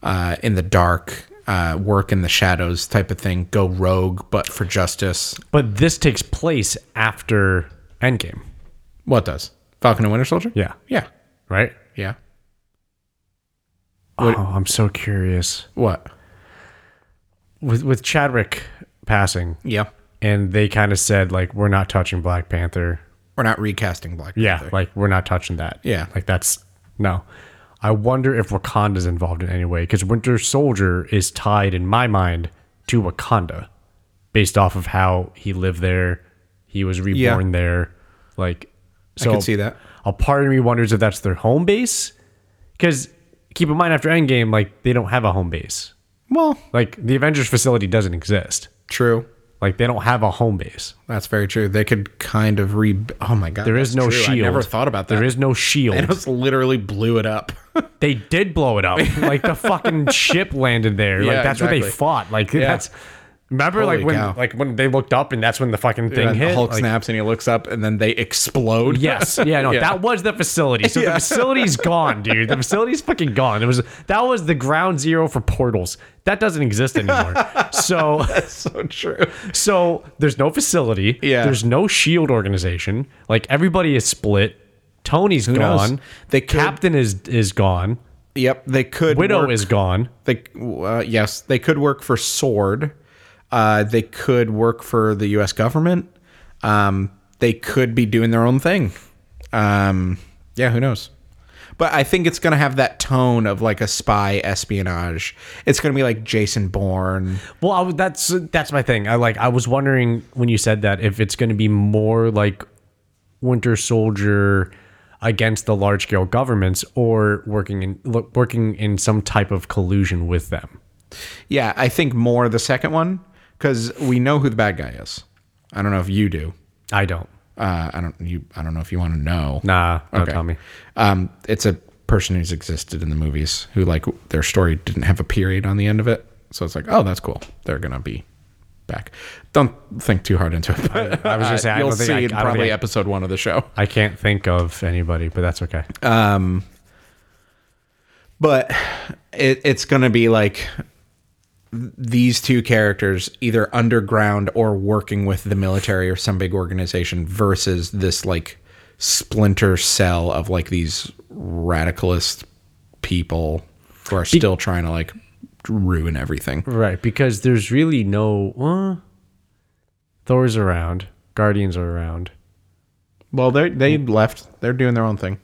Speaker 1: uh, in the dark. Uh, work in the shadows type of thing go rogue but for justice
Speaker 2: But this takes place after Endgame,
Speaker 1: what does falcon and winter soldier
Speaker 2: Yeah.
Speaker 1: yeah
Speaker 2: right?
Speaker 1: yeah
Speaker 2: Oh, I'm so curious.
Speaker 1: what
Speaker 2: With with Chadwick passing,
Speaker 1: yeah
Speaker 2: and they kind of said like, we're not touching Black Panther.
Speaker 1: we're not recasting black
Speaker 2: Yeah,
Speaker 1: Panther.
Speaker 2: like we're not touching that.
Speaker 1: Yeah.
Speaker 2: like that's no. I wonder if Wakanda's involved in any way because Winter Soldier is tied in my mind to Wakanda, based off of how he lived there, he was reborn there. Like, so
Speaker 1: could see that.
Speaker 2: A part of me wonders if that's their home base, because keep in mind after Endgame, like they don't have a home base.
Speaker 1: well
Speaker 2: Like the Avengers facility doesn't exist.
Speaker 1: true
Speaker 2: Like they don't have a home base.
Speaker 1: That's very true. They could kind of re. Oh my god,
Speaker 2: There is
Speaker 1: that's
Speaker 2: no
Speaker 1: true.
Speaker 2: shield.
Speaker 1: I never thought about that.
Speaker 2: There is no shield.
Speaker 1: Thanos literally blew it up.
Speaker 2: they did blow it up. Like the fucking ship landed there.
Speaker 1: Yeah,
Speaker 2: like that's where
Speaker 1: exactly.
Speaker 2: they fought. Like that's remember
Speaker 1: Holy
Speaker 2: like when
Speaker 1: cow.
Speaker 2: like when they looked up and that's when the fucking thing
Speaker 1: and
Speaker 2: hit.
Speaker 1: Hulk
Speaker 2: Like,
Speaker 1: snaps and he looks up and then they explode.
Speaker 2: Yes. Yeah, no,
Speaker 1: Yeah.
Speaker 2: that was the facility. So
Speaker 1: Yeah.
Speaker 2: the facility's gone, dude. The facility's fucking gone. It was that was the ground zero for portals. That doesn't exist anymore. so
Speaker 1: so true.
Speaker 2: so there's no facility.
Speaker 1: Yeah.
Speaker 2: There's no shield E organization. Like everybody is split. Tony's
Speaker 1: knows?
Speaker 2: gone.
Speaker 1: They
Speaker 2: The
Speaker 1: could-
Speaker 2: Captain is is gone.
Speaker 1: Yep, they could.
Speaker 2: Widow
Speaker 1: work-
Speaker 2: is gone.
Speaker 1: They uh, yes, they could work for Sword. Uh, they could work for the U.S. government. Um, they could be doing their own thing. Um, yeah, who knows? But I think it's gonna have that tone of like a spy espionage. It's gonna be like Jason Bourne.
Speaker 2: Well, I, was- that's that's my thing. I like. I was wondering when you said that if it's going to be more like Winter Soldier against the large scale governments, or working in lo- working in some type of collusion with them.
Speaker 1: Yeah, I think more the second one because we know who the bad guy is. I don't know if you do.
Speaker 2: I don't.
Speaker 1: Uh, I don't. You. I don't know if you want to know.
Speaker 2: Nah, don't tell me.
Speaker 1: uh, Um, it's a person who's existed in the movies who like their story didn't have a period on the end of it, so it's like, oh, that's cool. They're gonna be back. Don't think too hard into it. But
Speaker 2: I was gonna say, I
Speaker 1: you'll
Speaker 2: don't think
Speaker 1: see
Speaker 2: I-
Speaker 1: in
Speaker 2: I don't
Speaker 1: probably
Speaker 2: think I-
Speaker 1: episode one of the show.
Speaker 2: I can't think of anybody, but that's okay.
Speaker 1: but it, it's going to be like th- these two characters either underground or working with the military or some big organization versus this like splinter cell of like these radicalist people who are still trying to like ruin everything.
Speaker 2: Right, because there's really no. Uh, Thor's around. Guardians are around.
Speaker 1: Well, they they left. They're doing their own thing.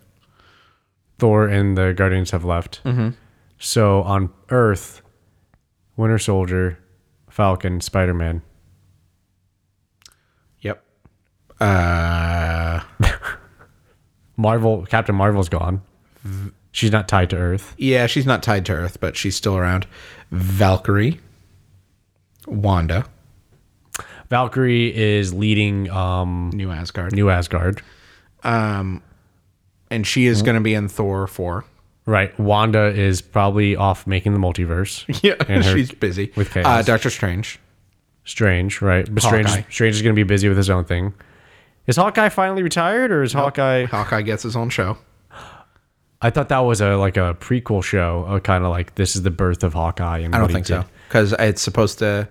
Speaker 2: Thor and the Guardians have left.
Speaker 1: Mm-hmm.
Speaker 2: So on Earth, Winter Soldier, Falcon, Spider Man.
Speaker 1: Yep. Uh
Speaker 2: Marvel, Captain Marvel's gone. She's not tied to Earth.
Speaker 1: yeah, she's not tied to Earth, but she's still around. Valkyrie, Wanda,
Speaker 2: Valkyrie is leading um,
Speaker 1: New Asgard.
Speaker 2: New Asgard.
Speaker 1: Um, and she
Speaker 2: Hmm?
Speaker 1: is going to be in Thor four.
Speaker 2: Right. Wanda is probably off making the multiverse. And her-
Speaker 1: she's busy
Speaker 2: with chaos.
Speaker 1: uh, Doctor Strange.
Speaker 2: Strange, right? But Strange,
Speaker 1: Hawkeye.
Speaker 2: Strange is going to be busy with his own thing. Is Hawkeye finally retired, or is Hawkeye?
Speaker 1: Hawkeye gets his own show.
Speaker 2: I thought that was a like a prequel show, a kind of like this is the birth of Hawkeye. And
Speaker 1: I don't think so because it's supposed to.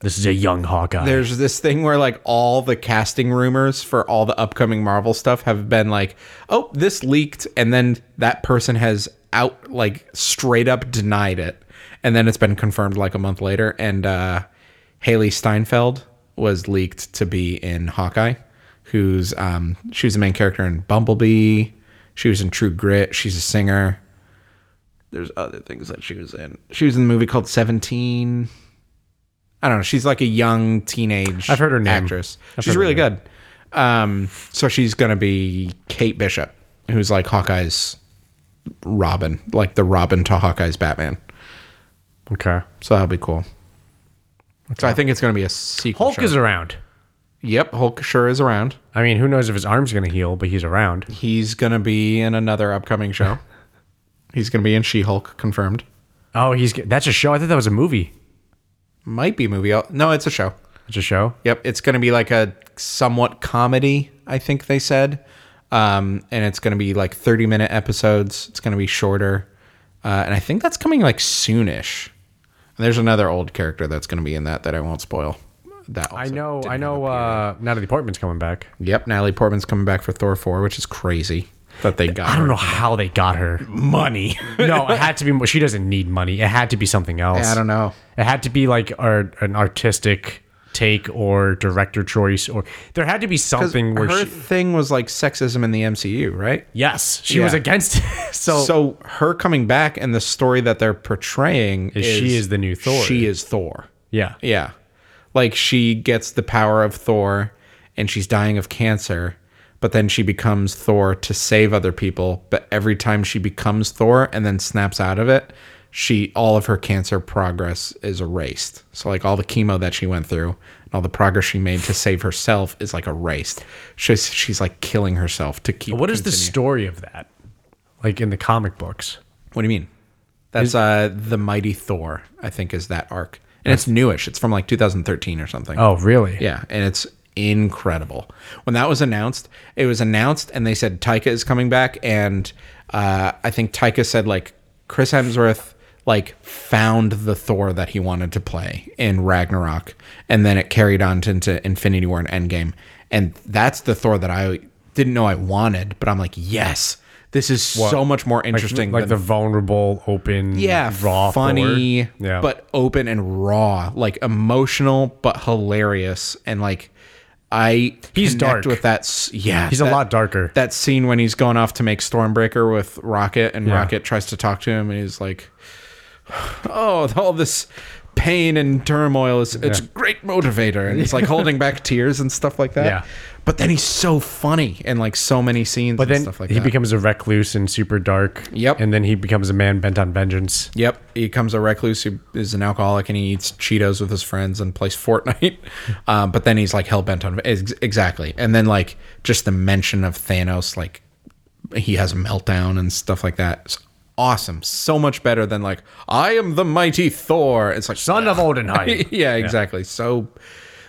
Speaker 2: This is a young Hawkeye.
Speaker 1: There's this thing where like all the casting rumors for all the upcoming Marvel stuff have been like, oh, this leaked, and then that person has out like straight up denied it, and then it's been confirmed like a month later, and uh, Haley Steinfeld was leaked to be in Hawkeye, who's um, she was the main character in Bumblebee. She was in True Grit. She's a singer. there's other things that she was in. She was in the movie called Seventeen. I don't know. She's like a young teenage.
Speaker 2: I've heard her name.
Speaker 1: actress. she's really good. Um, so she's gonna be Kate Bishop, who's like Hawkeye's Robin, like the Robin to Hawkeye's Batman.
Speaker 2: okay.
Speaker 1: So that'll be cool. So I think it's gonna be a sequel.
Speaker 2: Hulk
Speaker 1: show.
Speaker 2: is around.
Speaker 1: yep. Hulk sure is around.
Speaker 2: I mean, who knows if his arm's going to heal, but he's around.
Speaker 1: He's gonna be in another upcoming show. He's gonna be in She Hulk confirmed.
Speaker 2: Oh, he's that's a show. I thought that was a movie.
Speaker 1: Might be a movie. No, it's a show.
Speaker 2: It's a show.
Speaker 1: Yep, it's going to be like a somewhat comedy, I think they said. Um, and it's going to be like 30 minute episodes. It's going to be shorter. Uh, and I think that's coming like soonish. And there's another old character that's going to be in that that I won't spoil. That
Speaker 2: I
Speaker 1: also
Speaker 2: know.
Speaker 1: didn't
Speaker 2: I
Speaker 1: have
Speaker 2: know.
Speaker 1: a period.
Speaker 2: Uh, Natalie Portman's coming back.
Speaker 1: yep, Natalie Portman's coming back for Thor 4, which is crazy that they got
Speaker 2: I
Speaker 1: her.
Speaker 2: don't know how they got her.
Speaker 1: money.
Speaker 2: No, it had to be. She doesn't need money. It had to be something else.
Speaker 1: I don't know.
Speaker 2: It had to be like ar- an artistic take or director choice, or there had to be something where
Speaker 1: Her
Speaker 2: she.
Speaker 1: thing was like sexism in the MCU, right?
Speaker 2: Yes, she was
Speaker 1: Yeah.
Speaker 2: against it. So,
Speaker 1: So her coming back and the story that they're portraying is,
Speaker 2: she is the new Thor.
Speaker 1: She is Thor.
Speaker 2: yeah,
Speaker 1: Yeah. Like she gets the power of Thor and she's dying of cancer, but then she becomes Thor to save other people. But every time she becomes Thor and then snaps out of it, she all of her cancer progress is erased. So like all the chemo that she went through and all the progress she made to save herself is like erased. She's she's like killing herself to keep.
Speaker 2: What is the
Speaker 1: continue-
Speaker 2: story of that? Like in the comic books.
Speaker 1: What do you mean? That's uh the Mighty Thor. I think is that arc, and it's newish. It's from like 2013 or something.
Speaker 2: Oh, really?
Speaker 1: Yeah, and it's incredible. When that was announced, it was announced, and they said Taika is coming back, and uh, I think Taika said like Chris Hemsworth like found the Thor that he wanted to play in Ragnarok, and then it carried on to, into Infinity War and Endgame, and that's the Thor that I didn't know I wanted, but I'm like yes. This is so much more interesting
Speaker 2: Like
Speaker 1: than
Speaker 2: the vulnerable, open,
Speaker 1: yeah,
Speaker 2: raw,
Speaker 1: funny,
Speaker 2: Thor. Yeah.
Speaker 1: but open and raw, like emotional but hilarious, and like I
Speaker 2: He's
Speaker 1: connect
Speaker 2: dark.
Speaker 1: with that. s- Yeah,
Speaker 2: He's a
Speaker 1: that-
Speaker 2: lot darker.
Speaker 1: That scene when he's going off to make Stormbreaker with Rocket, and Rocket tries to talk to him, and he's like, "Oh, all this." Pain and turmoil is it's a great motivator, and he's like holding back tears and stuff like that.
Speaker 2: Yeah.
Speaker 1: But then he's so funny in like so many scenes
Speaker 2: but
Speaker 1: and
Speaker 2: then
Speaker 1: stuff like
Speaker 2: he
Speaker 1: that.
Speaker 2: becomes a recluse and super dark.
Speaker 1: Yep.
Speaker 2: And then he becomes a man bent on vengeance.
Speaker 1: Yep, he becomes a recluse who is an alcoholic and he eats Cheetos with his friends and plays Fortnite. Um, but then he's like hell bent on ex- exactly. And then like just the mention of Thanos, like he has a meltdown and stuff like that. It's awesome, so much better than like I am the mighty Thor. It's like
Speaker 2: Son of Oldenheim.
Speaker 1: yeah, exactly. So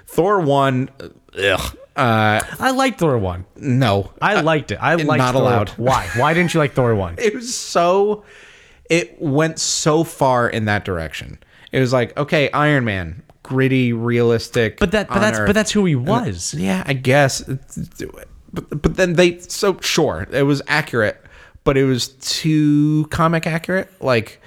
Speaker 1: Thor one, ugh, uh,
Speaker 2: I liked Thor 1.
Speaker 1: no,
Speaker 2: I liked it. I liked
Speaker 1: not
Speaker 2: Thor.
Speaker 1: allowed.
Speaker 2: Why? Why didn't you like Thor 1?
Speaker 1: it was so it went so far in that direction it was like okay iron man gritty realistic
Speaker 2: But that but
Speaker 1: on
Speaker 2: that's
Speaker 1: Earth.
Speaker 2: but that's who he was.
Speaker 1: yeah i guess It's- but, but then they so sure it was accurate but it was too comic accurate like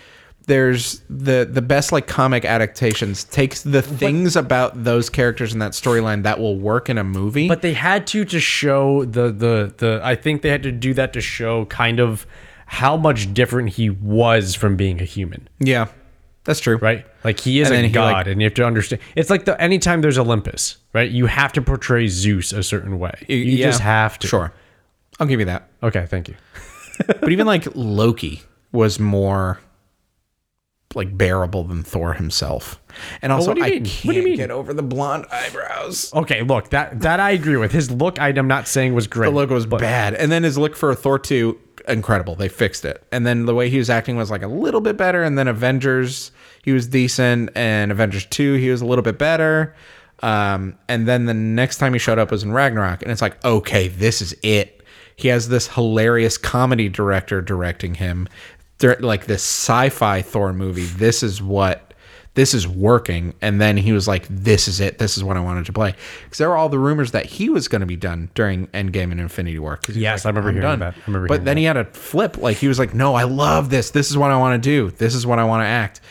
Speaker 1: there's the the best like comic adaptations takes the things about those characters in that storyline that will work in a movie
Speaker 2: But they had to to show the the the I think they had to do that to show kind of how much different he was from being a human,
Speaker 1: yeah that's true
Speaker 2: right? Like he is
Speaker 1: And then
Speaker 2: a
Speaker 1: he,
Speaker 2: god,
Speaker 1: like-
Speaker 2: and you have to understand. It's like the anytime there's Olympus, right? You have to portray Zeus a certain way. You
Speaker 1: Yeah.
Speaker 2: just have to.
Speaker 1: sure i'll give you that
Speaker 2: Okay. Thank you.
Speaker 1: But even like Loki was more like bearable than Thor himself. And also,
Speaker 2: what do you
Speaker 1: I
Speaker 2: mean?
Speaker 1: can't
Speaker 2: What do you mean?
Speaker 1: get over the blonde eyebrows.
Speaker 2: Okay. Look, that that I agree with. His look, I am not saying was great.
Speaker 1: The look was bad, and then his look for Thor two incredible. They fixed it, and then the way he was acting was like a little bit better. And then Avengers, he was decent, and Avengers two, he was a little bit better. Um, and then the next time he showed up was in Ragnarok, and it's like, okay, this is it. He has this hilarious comedy director directing him, They're- like this sci-fi Thor movie. This is what this is working. And then he was like, this is it. This is what I wanted to play. Because there were all the rumors that he was going to be done during Endgame and Infinity War. 'Cause he was
Speaker 2: Yes,
Speaker 1: like,
Speaker 2: I remember
Speaker 1: "I'm
Speaker 2: hearing that. I remember
Speaker 1: but
Speaker 2: hearing
Speaker 1: then he had a flip. Like he was like, no, I love this. This is what I want to do. This is what I want to act.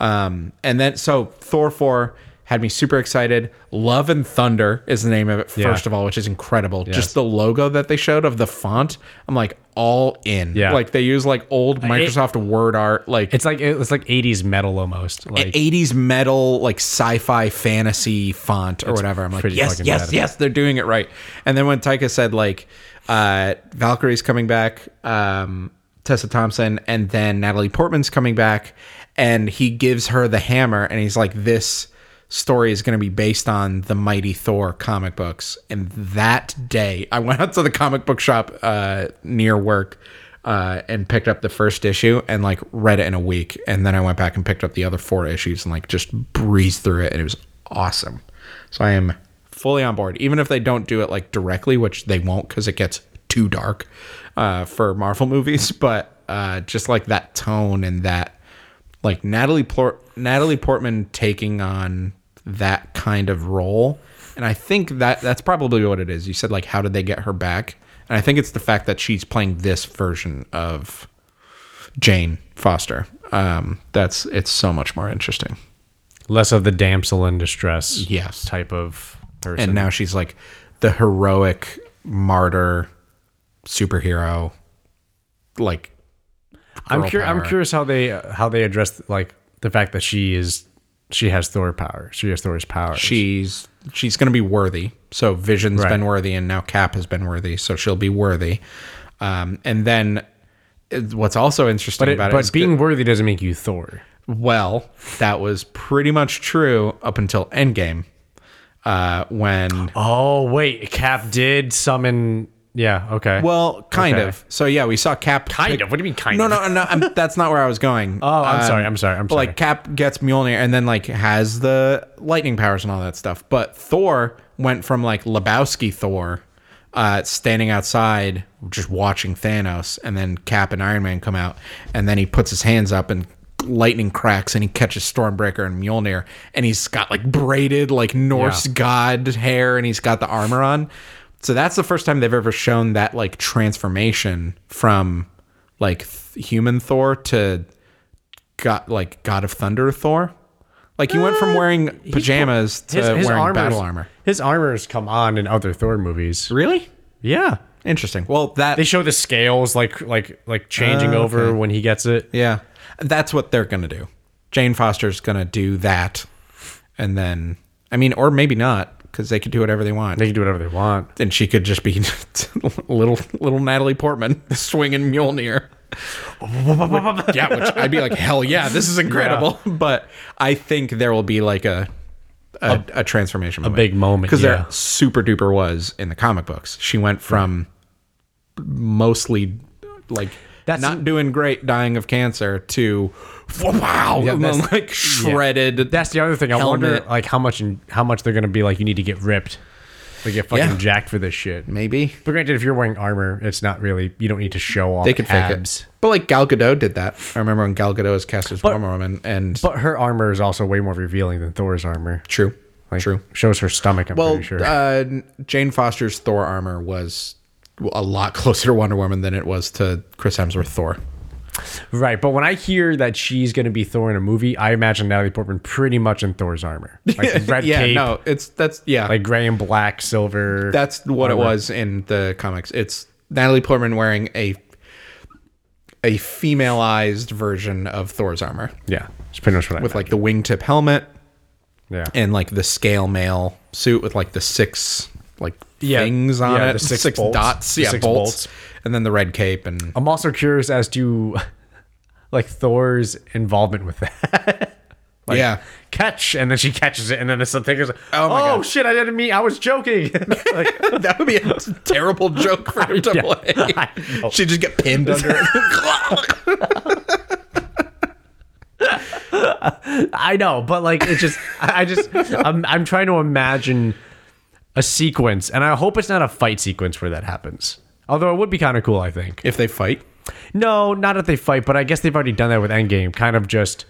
Speaker 1: Um, and then so Thor 4 had me super excited. Love and Thunder is the name of it, first of all, which is incredible. Just the logo that they showed of the font. I'm like, all in.
Speaker 2: Yeah.
Speaker 1: Like they use like old Microsoft Word art. Like
Speaker 2: It's like it's like 80s metal almost. Like
Speaker 1: 80s metal like sci-fi fantasy font or whatever. I'm like,
Speaker 2: pretty
Speaker 1: yes,
Speaker 2: fucking
Speaker 1: yes,
Speaker 2: badass.
Speaker 1: yes, they're doing it right. And then when Taika said like uh, Valkyrie's coming back, um, Tessa Thompson, and then Natalie Portman's coming back, and he gives her the hammer, and he's like, this story is going to be based on the Mighty Thor comic books. And that day, I went out to the comic book shop uh, near work uh, and picked up the first issue and like read it in a week. And then I went back and picked up the other four issues and like just breezed through it. And it was awesome. So I am fully on board, even if they don't do it like directly, which they won't because it gets too dark uh, for Marvel movies. But uh, just like that tone and that like Natalie Port- Natalie Portman taking on that kind of role, and I think that that's probably what it is. You said like, how did they get her back? And I think it's the fact that she's playing this version of Jane Foster. Um, that's it's so much more interesting.
Speaker 2: less of the damsel in distress
Speaker 1: Yes.
Speaker 2: type of person.
Speaker 1: And now she's like the heroic martyr superhero, like
Speaker 2: I'm
Speaker 1: girl
Speaker 2: curious. I'm
Speaker 1: power.
Speaker 2: curious how they how they address like the fact that she is she has Thor power. She has Thor's power.
Speaker 1: she's she's going to be worthy. So Vision's
Speaker 2: Right.
Speaker 1: been worthy, and now Cap has been worthy, so she'll be worthy. Um, and then what's also interesting
Speaker 2: But, it,
Speaker 1: about it
Speaker 2: but
Speaker 1: is
Speaker 2: being worthy doesn't make you Thor.
Speaker 1: well, that was pretty much true up until Endgame, uh, when
Speaker 2: Oh wait, Cap did summon. Yeah. Okay.
Speaker 1: well, kind
Speaker 2: Okay.
Speaker 1: of. So yeah, we saw Cap.
Speaker 2: kind of. What do you mean kind
Speaker 1: No,
Speaker 2: of?
Speaker 1: no, no. I'm, that's not where I was going. Uh,
Speaker 2: Oh, I'm sorry. I'm sorry. I'm
Speaker 1: But
Speaker 2: sorry.
Speaker 1: like Cap gets Mjolnir and then like has the lightning powers and all that stuff. But Thor went from like Lebowski Thor, uh, standing outside just watching Thanos, and then Cap and Iron Man come out, and then he puts his hands up and lightning cracks and he catches Stormbreaker and Mjolnir, and he's got like braided like Norse
Speaker 2: Yeah.
Speaker 1: god hair, and he's got the armor on. So that's the first time they've ever shown that like transformation from like th- human Thor to got like God of Thunder Thor. Like Uh, he went from wearing pajamas to wearing battle armor.
Speaker 2: His armors come on in other Thor movies.
Speaker 1: Really?
Speaker 2: Yeah.
Speaker 1: Interesting. Well, that
Speaker 2: They show the scales like like like changing
Speaker 1: Oh,
Speaker 2: over when he gets it.
Speaker 1: yeah, that's what they're gonna do. Jane Foster's gonna do that, and then I mean, or maybe not, because they could do whatever they want.
Speaker 2: They can do whatever they want.
Speaker 1: and she could just be little little Natalie Portman swinging Mjolnir. yeah, which I'd be like, hell yeah, this is incredible. But I think there will be like a a, a, transformation, a
Speaker 2: big moment,
Speaker 1: because
Speaker 2: yeah.
Speaker 1: there super duper was in the comic books. She went from mostly like
Speaker 2: That's-
Speaker 1: not doing great, dying of cancer, to wow, and then,
Speaker 2: that's-
Speaker 1: like shredded.
Speaker 2: That's the other thing. I wonder
Speaker 1: Helmet.
Speaker 2: like how much in, how much they're gonna be like. You need to get ripped. Like get fucking
Speaker 1: Yeah.
Speaker 2: jacked for this shit.
Speaker 1: Maybe
Speaker 2: But granted, if you're wearing armor, it's not really. You don't need to show off.
Speaker 1: They could fake it. But like Gal Gadot did that. I remember when Gal Gadot was cast as Wonder Woman, and
Speaker 2: But her armor is also way more revealing than Thor's armor.
Speaker 1: true,
Speaker 2: Like,
Speaker 1: true.
Speaker 2: Shows her stomach. I'm
Speaker 1: Well,
Speaker 2: pretty sure.
Speaker 1: uh, Jane Foster's Thor armor was a lot closer to Wonder Woman than it was to Chris Hemsworth Thor.
Speaker 2: Right, but when I hear that she's going to be Thor in a movie, I imagine Natalie Portman pretty much in Thor's armor, like red
Speaker 1: yeah,
Speaker 2: cape,
Speaker 1: no, it's that's yeah,
Speaker 2: like gray and black, silver.
Speaker 1: that's what it was in the comics. It's Natalie Portman wearing a a femaleized version of Thor's armor
Speaker 2: yeah, it's pretty much what I
Speaker 1: with like the wingtip helmet
Speaker 2: yeah,
Speaker 1: and like the scale mail suit with like the six like
Speaker 2: Yeah.
Speaker 1: things on
Speaker 2: Yeah,
Speaker 1: it,
Speaker 2: the six bolts.
Speaker 1: dots,
Speaker 2: The
Speaker 1: yeah,
Speaker 2: six
Speaker 1: bolts,
Speaker 2: bolts. Oh,
Speaker 1: and then the red cape and
Speaker 2: I'm also curious as to like Thor's involvement with that. Like,
Speaker 1: yeah.
Speaker 2: catch, and then she catches it, and then the thing is, like, oh,
Speaker 1: Oh my God.
Speaker 2: shit, I didn't mean, I was joking. like,
Speaker 1: That would be a terrible joke for him to
Speaker 2: Yeah. I know.
Speaker 1: play. She'd just get pinned under it.
Speaker 2: I know, but like it just I I just I'm I'm trying to imagine a sequence and I hope it's not a fight sequence where that happens. Although it would be kind of cool, I think.
Speaker 1: if they fight.
Speaker 2: No, not if they fight, but I guess they've already done that with Endgame. Kind of just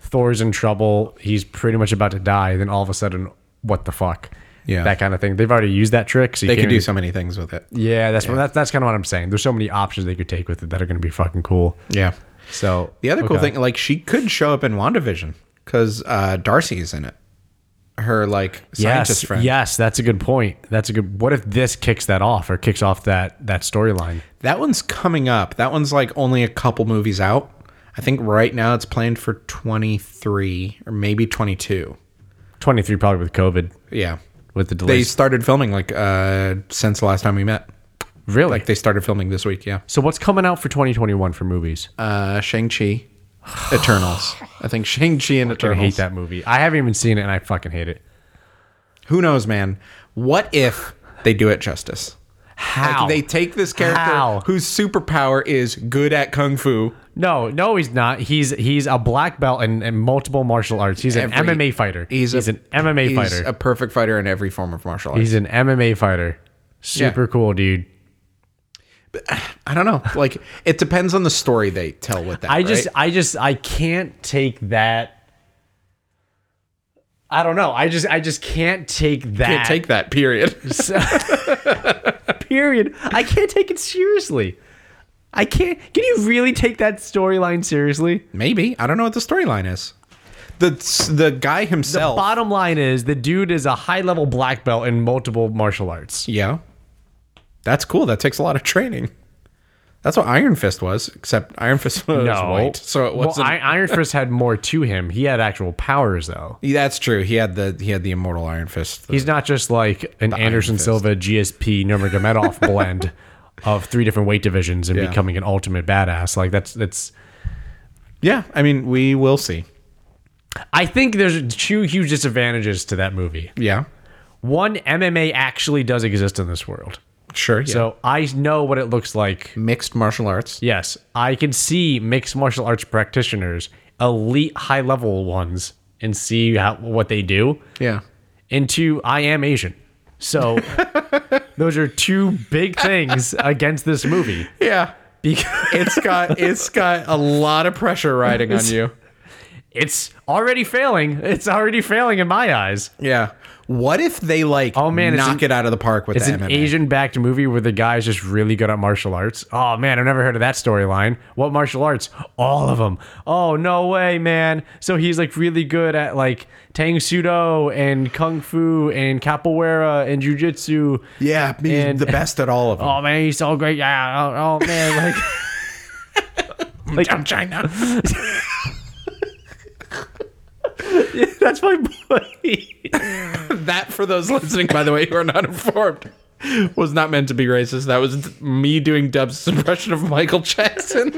Speaker 2: Thor's in trouble, he's pretty much about to die, then all of a sudden, what the fuck?
Speaker 1: Yeah.
Speaker 2: That kind of thing. They've already used that trick. So you
Speaker 1: They could
Speaker 2: can't
Speaker 1: do
Speaker 2: even-
Speaker 1: so many things with it.
Speaker 2: Yeah, that's that's that's kind of what I'm saying. There's so many options they could take with it that are going to be fucking cool.
Speaker 1: Yeah.
Speaker 2: So
Speaker 1: The other cool
Speaker 2: okay.
Speaker 1: thing, like, she could show up in WandaVision because uh, Darcy is in it. Her, like, scientist
Speaker 2: yes,
Speaker 1: friend.
Speaker 2: Yes, that's a good point. That's a good. What if this kicks that off or kicks off that that storyline?
Speaker 1: That one's coming up. That one's, like, only a couple movies out. I think right now it's planned for 23 or maybe 22.
Speaker 2: Twenty three probably with COVID
Speaker 1: Yeah.
Speaker 2: with the
Speaker 1: They
Speaker 2: delays.
Speaker 1: started filming, like, uh, since the last time we met.
Speaker 2: really?
Speaker 1: Like, they started filming this week. Yeah.
Speaker 2: so what's coming out for twenty twenty one for movies?
Speaker 1: uh, Shang Chi, Eternals. I think Shang Chi and
Speaker 2: I
Speaker 1: Eternals.
Speaker 2: hate that movie. I haven't even seen it and I fucking hate it.
Speaker 1: Who knows, man? What if they do it justice?
Speaker 2: How
Speaker 1: Like, they take this character
Speaker 2: How?
Speaker 1: whose superpower is good at kung fu.
Speaker 2: No, no, he's not. He's he's a black belt in, in multiple martial arts. He's an
Speaker 1: Every-
Speaker 2: MMA fighter.
Speaker 1: He's, a-
Speaker 2: an MMA
Speaker 1: he's
Speaker 2: fighter.
Speaker 1: a perfect fighter in every form of martial arts.
Speaker 2: he's an MMA fighter. Super cool, dude.
Speaker 1: I don't know. Like it depends on the story they tell with that.
Speaker 2: I just,
Speaker 1: right?
Speaker 2: I just, I can't take that. I don't know. I just, I just can't take that.
Speaker 1: can't take that. Period.
Speaker 2: period. I can't take it seriously. I can't. Can you really take that storyline seriously?
Speaker 1: Maybe I don't know what the storyline is. The the guy himself.
Speaker 2: Bottom line is, the dude is a high level black belt in multiple martial arts.
Speaker 1: Yeah. That's cool. That takes a lot of training. That's what Iron Fist was, except Iron Fist was white. So it
Speaker 2: well,
Speaker 1: wasn't
Speaker 2: I, Iron Fist had more to him. He had actual powers, though.
Speaker 1: That's true. He had the he had the immortal Iron Fist.
Speaker 2: He's not just like an Anderson
Speaker 1: Fist.
Speaker 2: Silva GSP Nurmagomedov blend of three different weight divisions and
Speaker 1: Yeah.
Speaker 2: becoming an ultimate badass. Like that's that's.
Speaker 1: Yeah, I mean, we will see.
Speaker 2: I think there's two huge disadvantages to that movie.
Speaker 1: Yeah,
Speaker 2: One, MMA actually does exist in this world,
Speaker 1: sure. Yeah.
Speaker 2: so I know what it looks like.
Speaker 1: mixed martial arts.
Speaker 2: Yes, I can see mixed martial arts practitioners, elite high level ones, and see how, what they do.
Speaker 1: Yeah.
Speaker 2: And two, I am Asian. So those are two big things against this movie.
Speaker 1: Yeah.
Speaker 2: Because
Speaker 1: It's got it's got a lot of pressure riding on you.
Speaker 2: it's already failing. It's already failing in my eyes.
Speaker 1: Yeah. What if they like
Speaker 2: Oh, man, it's
Speaker 1: knock
Speaker 2: an-
Speaker 1: it out of the park with
Speaker 2: It's
Speaker 1: the
Speaker 2: an
Speaker 1: MMA?
Speaker 2: Asian backed movie where the guy's just really good at martial arts. Oh man, I've never heard of that storyline. What martial arts? All of them. Oh, no way, man. So he's like really good at like Tang Sudo and Kung Fu and Capoeira and Jiu Jitsu.
Speaker 1: yeah, me,
Speaker 2: And-
Speaker 1: the best at all of them.
Speaker 2: Oh man, he's so great. Yeah. Oh, oh, man, like. like
Speaker 1: China.
Speaker 2: that's my boy.
Speaker 1: that for those listening, by the way, who are not informed, was not meant to be racist. That was me doing Dub's impression of Michael Jackson.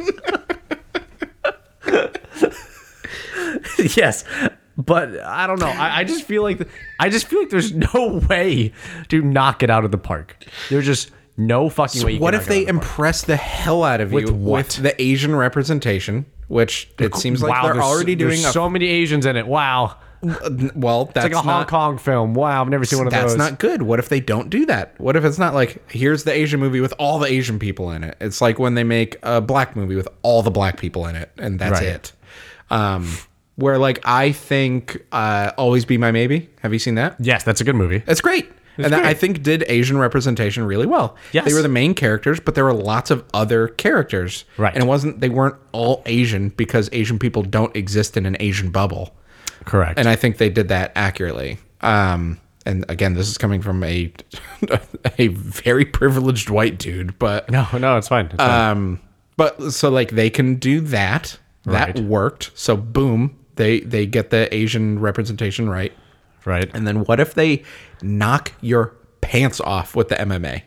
Speaker 2: yes but i don't know I, I just feel like i just feel like there's no way to knock it out of the park there's just no fucking way you
Speaker 1: what
Speaker 2: can
Speaker 1: if
Speaker 2: knock it
Speaker 1: they
Speaker 2: out of
Speaker 1: impress the hell out of you
Speaker 2: With what?
Speaker 1: with the Asian representation? Which it seems
Speaker 2: the
Speaker 1: like
Speaker 2: park.
Speaker 1: they're
Speaker 2: there's-
Speaker 1: already doing
Speaker 2: there's
Speaker 1: a
Speaker 2: so many asians in it wow
Speaker 1: well. That's
Speaker 2: like a hong
Speaker 1: not
Speaker 2: kong film wow i've never seen one of
Speaker 1: that's
Speaker 2: those
Speaker 1: not good. What if they don't do that? What if it's not like here's the Asian movie with all the Asian people in it? It's like when they make a black movie with all the black people in it, and that's
Speaker 2: Right.
Speaker 1: it. Um, where like I think uh, "Always Be My Maybe." Have you seen that?
Speaker 2: yes that's a good movie
Speaker 1: It's great. and that, I think did Asian representation really well.
Speaker 2: Yes.
Speaker 1: They were the main characters, but there were lots of other characters.
Speaker 2: Right.
Speaker 1: And it wasn't they weren't all Asian because Asian people don't exist in an Asian bubble.
Speaker 2: correct
Speaker 1: And I think they did that accurately. Um and again, this is coming from a a very privileged white dude, but
Speaker 2: no no it's fine, it's fine.
Speaker 1: um, but so like they can do that. That
Speaker 2: Right.
Speaker 1: worked. So boom, they they get the Asian representation right.
Speaker 2: right
Speaker 1: And then what if they knock your pants off with the MMA?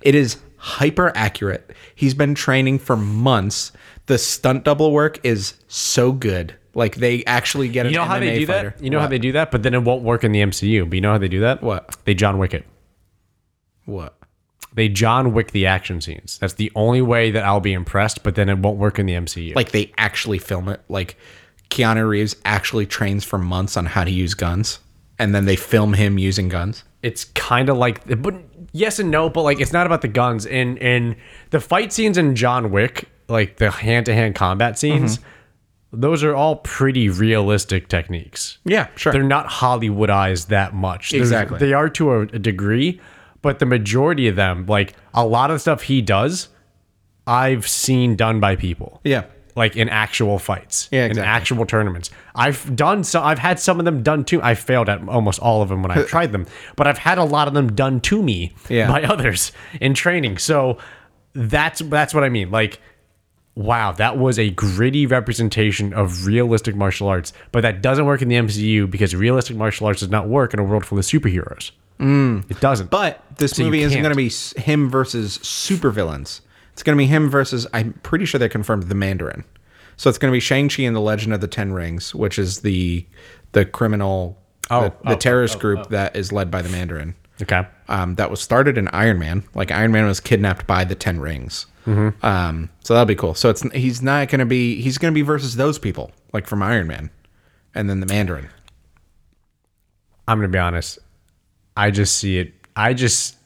Speaker 1: It is hyper accurate. He's been training for months. The stunt double work is so good. Like they actually get an
Speaker 2: you know
Speaker 1: MMA
Speaker 2: how they do
Speaker 1: fighter.
Speaker 2: that you know how they do that but then it won't work in the mcu but you know how they do that
Speaker 1: What?
Speaker 2: they john wick it
Speaker 1: what?
Speaker 2: they john wick the action scenes that's the only way that i'll be impressed but then it won't work in the mcu
Speaker 1: Like they actually film it. Like Keanu Reeves actually trains for months on how to use guns, and then they film him using guns.
Speaker 2: it's kind of like but yes and no but like it's not about the guns in in the fight scenes in john wick like the hand-to-hand combat scenes
Speaker 1: Mm-hmm.
Speaker 2: those are all pretty realistic techniques
Speaker 1: Yeah, sure.
Speaker 2: they're not hollywoodized that much There's-
Speaker 1: Exactly.
Speaker 2: they are to a, a degree but the majority of them like a lot of the stuff he does i've seen done by people
Speaker 1: yeah.
Speaker 2: like in actual fights,
Speaker 1: Yeah,
Speaker 2: in
Speaker 1: exactly.
Speaker 2: actual tournaments. I've done so. I've had some of them done to. I failed at almost all of them when I tried them, but I've had a lot of them done to me
Speaker 1: Yeah.
Speaker 2: by others in training. So that's that's what I mean. Like, wow, that was a gritty representation of realistic martial arts, but that doesn't work in the MCU because realistic martial arts does not work in a world full of superheroes. It doesn't.
Speaker 1: Mm. But this
Speaker 2: you
Speaker 1: movie isn't
Speaker 2: can't.
Speaker 1: going to be s- him versus supervillains. It's going to be him versus, I'm pretty sure they confirmed the Mandarin. So it's going to be Shang-Chi and the Legend of the Ten Rings, which is the the criminal,
Speaker 2: Oh,
Speaker 1: the, the
Speaker 2: oh,
Speaker 1: terrorist group that is led by the Mandarin.
Speaker 2: okay,
Speaker 1: Um, that was started in Iron Man. Like Iron Man was kidnapped by the Ten Rings. Um, so that'll be cool. So it's he's not going to be he's going to be versus those people like from Iron Man, and then the Mandarin.
Speaker 2: I'm gonna be honest. I just see it. I just.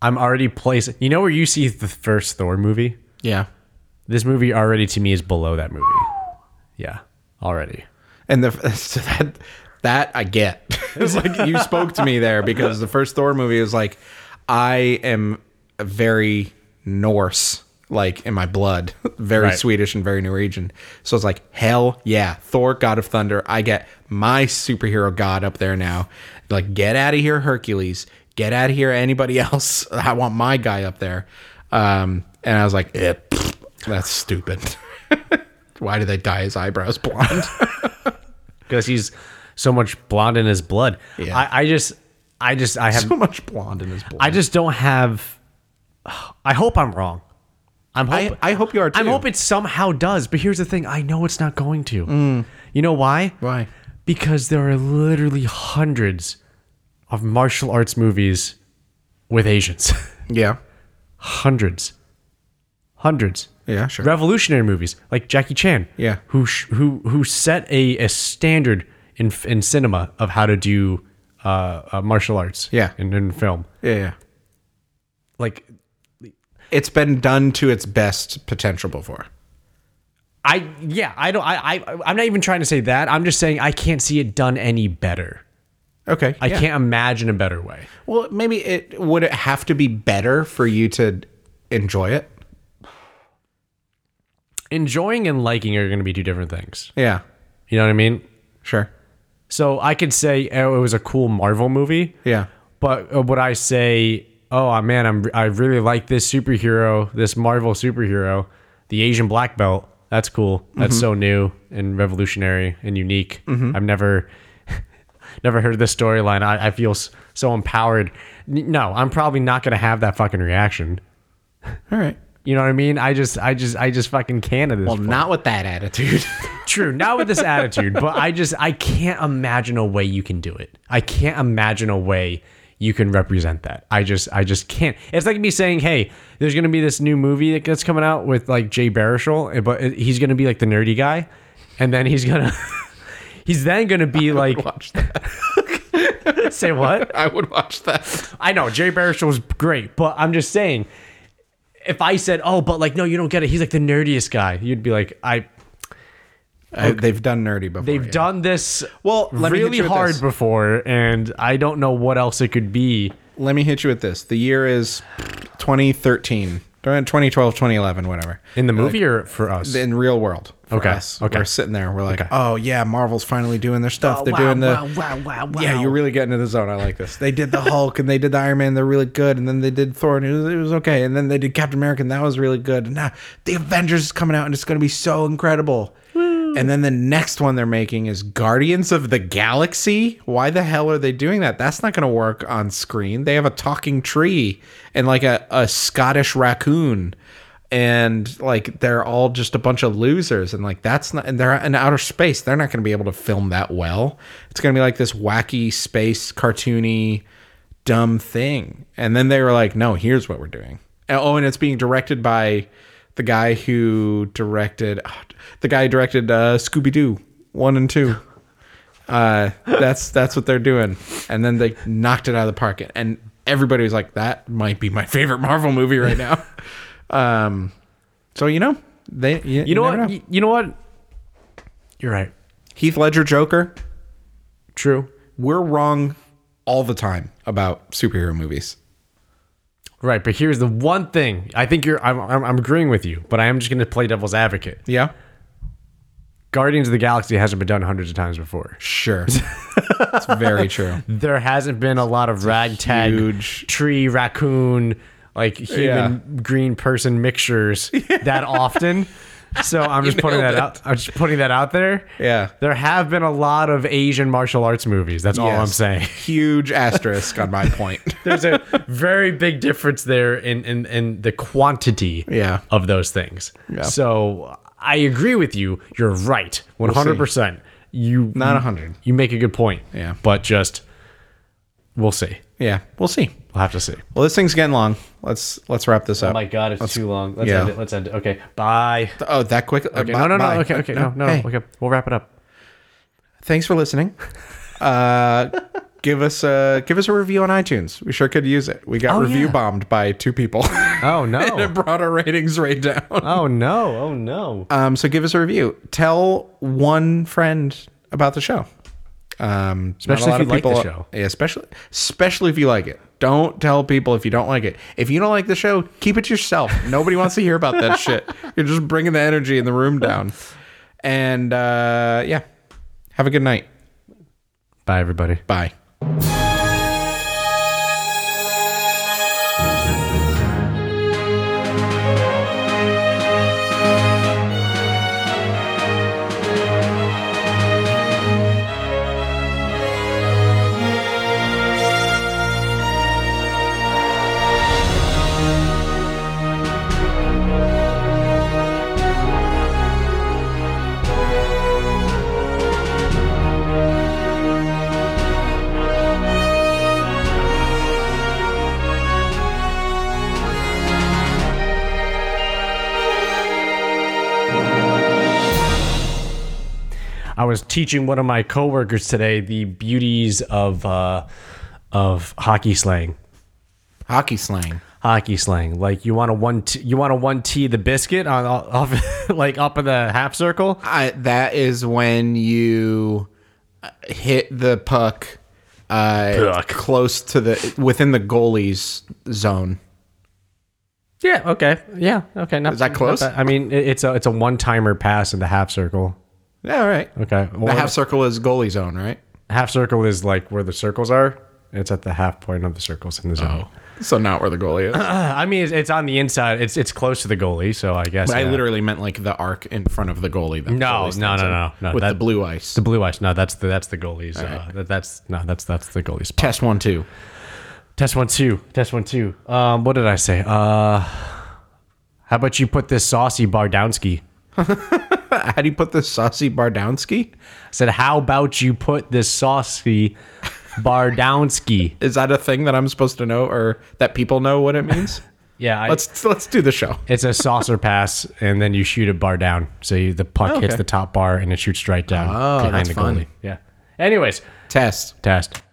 Speaker 2: I'm already placing. You know where you see the first Thor movie?
Speaker 1: Yeah.
Speaker 2: This movie already to me is below that movie. Yeah, already.
Speaker 1: And the so that that I get. it's like you spoke to me there because the first Thor movie is like I am very Norse, like in my blood, very
Speaker 2: Right.
Speaker 1: Swedish and very Norwegian. So it's like hell yeah, Thor, God of Thunder. I get my superhero god up there now. Like get out of here, Hercules. Get out of here, anybody else. I want my guy up there. Um, and I was like, eh, pfft, that's stupid. Why did they dye his eyebrows blonde?
Speaker 2: Because he's so much blonde in his blood.
Speaker 1: Yeah.
Speaker 2: I, I just, I just, I have,
Speaker 1: so much blonde in his blood.
Speaker 2: I just don't have I hope I'm wrong. I'm
Speaker 1: I,
Speaker 2: hoping.
Speaker 1: I hope you are too.
Speaker 2: I'm hoping it somehow does, but here's the thing: I know it's not going to. You know why?
Speaker 1: Mm. Why?
Speaker 2: Because there are literally hundreds of martial arts movies with Asians.
Speaker 1: Yeah.
Speaker 2: hundreds, hundreds.
Speaker 1: Yeah, sure.
Speaker 2: Revolutionary movies like Jackie Chan,
Speaker 1: Yeah.
Speaker 2: who sh- who who set a, a standard in f- in cinema of how to do uh, uh, martial arts,
Speaker 1: Yeah.
Speaker 2: in, in film.
Speaker 1: yeah, yeah.
Speaker 2: Like
Speaker 1: It's been done to its best potential before.
Speaker 2: I yeah, I don't I, I I'm not even trying to say that. I'm just saying I can't see it done any better.
Speaker 1: Okay.
Speaker 2: I
Speaker 1: yeah.
Speaker 2: can't imagine a better way.
Speaker 1: Well, maybe it would it have to be better for you to enjoy it.
Speaker 2: Enjoying and liking are going to be two different things.
Speaker 1: Yeah.
Speaker 2: You know what I mean?
Speaker 1: Sure.
Speaker 2: So I could say oh, it was a cool Marvel movie.
Speaker 1: Yeah.
Speaker 2: But uh, would I say, "Oh man, I'm I really like this superhero, this Marvel superhero, the Asian black belt. That's cool. That's so new and revolutionary and unique. I've never never heard this storyline. I, I feel s- so empowered." N- No, I'm probably not going to have that fucking reaction.
Speaker 1: All right.
Speaker 2: You know what I mean? I just I just I just fucking can at this.
Speaker 1: Well, not with that attitude.
Speaker 2: True, not with this attitude, but I just I can't imagine a way you can do it. I can't imagine a way you can represent that. I just I just can't. It's like me saying, "Hey, there's going to be this new movie that- that's coming out with like Jay Baruchel, eh, but he's going to be like the nerdy guy, and then he's going to he's then going to be like
Speaker 1: watch that.
Speaker 2: say what?
Speaker 1: I would watch that.
Speaker 2: I know Jay Baruchel was great, but I'm just saying, if I said, "Oh, but like no, you don't get it. He's like the nerdiest guy," you'd be like, "I."
Speaker 1: I, Uh, they've done nerdy before.
Speaker 2: They've
Speaker 1: yeah.
Speaker 2: done this
Speaker 1: Well, let me hit
Speaker 2: really
Speaker 1: you with
Speaker 2: hard
Speaker 1: this.
Speaker 2: before, and I don't know what else it could be.
Speaker 1: Let me hit you with this. The year is 2013, 2012, 2011, whatever.
Speaker 2: In the movie or for us?
Speaker 1: In real world. for
Speaker 2: Okay,
Speaker 1: us.
Speaker 2: okay.
Speaker 1: We're sitting there. We're like,
Speaker 2: Okay.
Speaker 1: oh yeah, Marvel's finally doing their stuff.
Speaker 2: Oh,
Speaker 1: They're doing the Yeah, you're really getting into the zone. I like this. They did the Hulk and they did the Iron Man. They're really good. And then they did Thor and it was, it was okay. And then they did Captain America and that was really good. And now the Avengers is coming out and it's going to be so incredible. And then the next one they're making is Guardians of the Galaxy. Why the hell are they doing that? That's not going to work on screen. They have a talking tree and like a, a Scottish raccoon. And like they're all just a bunch of losers, and like that's not, and they're in outer space. They're not going to be able to film that well. It's going to be like this wacky space cartoony dumb thing. And then they were like, no, here's what we're doing. And- Oh, and it's being directed by the guy who directed the guy who directed uh, Scooby Doo one and two. Uh, that's that's what they're doing. And then they knocked it out of the park. And everybody was like, that might be my favorite Marvel movie right now. um, so you know, they you,
Speaker 2: you know
Speaker 1: never
Speaker 2: what? You, you know what? You're right.
Speaker 1: Heath Ledger Joker.
Speaker 2: True.
Speaker 1: We're wrong all the time about superhero movies.
Speaker 2: Right, but here's the one thing. I think you're. I'm. I'm, I'm agreeing with you, but I am just going to play devil's advocate.
Speaker 1: Yeah,
Speaker 2: Guardians of the Galaxy hasn't been done hundreds of times before.
Speaker 1: sure. it's very true.
Speaker 2: There hasn't been a lot of ragtag
Speaker 1: huge-
Speaker 2: tree raccoon like human green person mixtures that often. So I'm just putting that
Speaker 1: nailed
Speaker 2: out. I'm just putting that out there.
Speaker 1: Yeah.
Speaker 2: There have been a lot of Asian martial arts movies. That's all I'm
Speaker 1: Yes.
Speaker 2: saying.
Speaker 1: Huge asterisk on my point.
Speaker 2: There's a very big difference there in in, in the quantity
Speaker 1: Yeah.
Speaker 2: of those things. So I agree with you. You're right. 100%. you
Speaker 1: Not 100.
Speaker 2: You make a good point.
Speaker 1: Yeah.
Speaker 2: But just we'll see.
Speaker 1: Yeah, we'll see.
Speaker 2: We'll have to see.
Speaker 1: Well, this thing's getting long. Let's let's wrap this up.
Speaker 2: Oh my god, it's too long. Let's
Speaker 1: yeah.
Speaker 2: end it. Let's end it. Okay. Bye.
Speaker 1: Oh, that quick?
Speaker 2: Okay, no, no, no. Okay, okay. No, no, no.
Speaker 1: Hey,
Speaker 2: Okay. We'll wrap it up.
Speaker 1: Thanks for listening. Uh, give us a give us a review on iTunes. We sure could use it. We got review
Speaker 2: Oh, yeah.
Speaker 1: bombed by two people.
Speaker 2: Oh no.
Speaker 1: it brought our ratings right down.
Speaker 2: oh no. Oh no.
Speaker 1: Um, so give us a review. Tell one friend about the show. Um, not
Speaker 2: Especially
Speaker 1: a lot
Speaker 2: if you
Speaker 1: of
Speaker 2: like the
Speaker 1: people-
Speaker 2: show.
Speaker 1: Yeah, especially especially if you like it. Don't tell people if you don't like it. If you don't like the show, keep it to yourself. Nobody wants to hear about that shit. You're just bringing the energy in the room down. And uh, yeah, have a good night.
Speaker 2: Bye everybody.
Speaker 1: Bye.
Speaker 2: I was teaching one of my coworkers today the beauties of uh, of hockey slang.
Speaker 1: Hockey slang.
Speaker 2: Hockey slang, like you want to one, t- you want to one t the biscuit on off, like up in the half circle.
Speaker 1: I, that is when you uh, hit the puck, uh,
Speaker 2: Puck.
Speaker 1: close to the within the goalie's zone.
Speaker 2: Yeah. Okay. Yeah. Okay. Not,
Speaker 1: Is that
Speaker 2: not
Speaker 1: close?
Speaker 2: bad. I mean, it- it's a it's a one timer pass in the half circle.
Speaker 1: Yeah, all right.
Speaker 2: Okay. Or
Speaker 1: The half circle is goalie zone, right?
Speaker 2: half circle is like where the circles are. It's at the half point of the circles in the zone.
Speaker 1: So not where the goalie is.
Speaker 2: Uh, I mean, it's, it's on the inside. It's it's close to the goalie, so I guess.
Speaker 1: I
Speaker 2: yeah.
Speaker 1: literally meant like the arc in front of the goalie. that
Speaker 2: No,
Speaker 1: goalie
Speaker 2: no,
Speaker 1: stands
Speaker 2: no,
Speaker 1: in
Speaker 2: no, no,
Speaker 1: With the
Speaker 2: that-
Speaker 1: blue ice.
Speaker 2: the blue ice. No, that's the that's the goalie's. Uh, that, that's no, that's that's the goalie's. spot.
Speaker 1: Test one two.
Speaker 2: Test one two. Test one two. Um, what did I say? Uh, how about you put this saucy Bardowski?
Speaker 1: How do you put this saucy Bardowski?
Speaker 2: I said, how about you put this saucy Bardowski?
Speaker 1: Is that a thing that I'm supposed to know or that people know what it means?
Speaker 2: Yeah, I,
Speaker 1: let's let's do the show.
Speaker 2: It's a saucer pass, and then you shoot a bar down. So you, the puck hits
Speaker 1: Oh, okay.
Speaker 2: the top bar, and it shoots right down
Speaker 1: Oh,
Speaker 2: behind
Speaker 1: that's
Speaker 2: the
Speaker 1: fun.
Speaker 2: goalie. Yeah. Anyways,
Speaker 1: Test.
Speaker 2: test.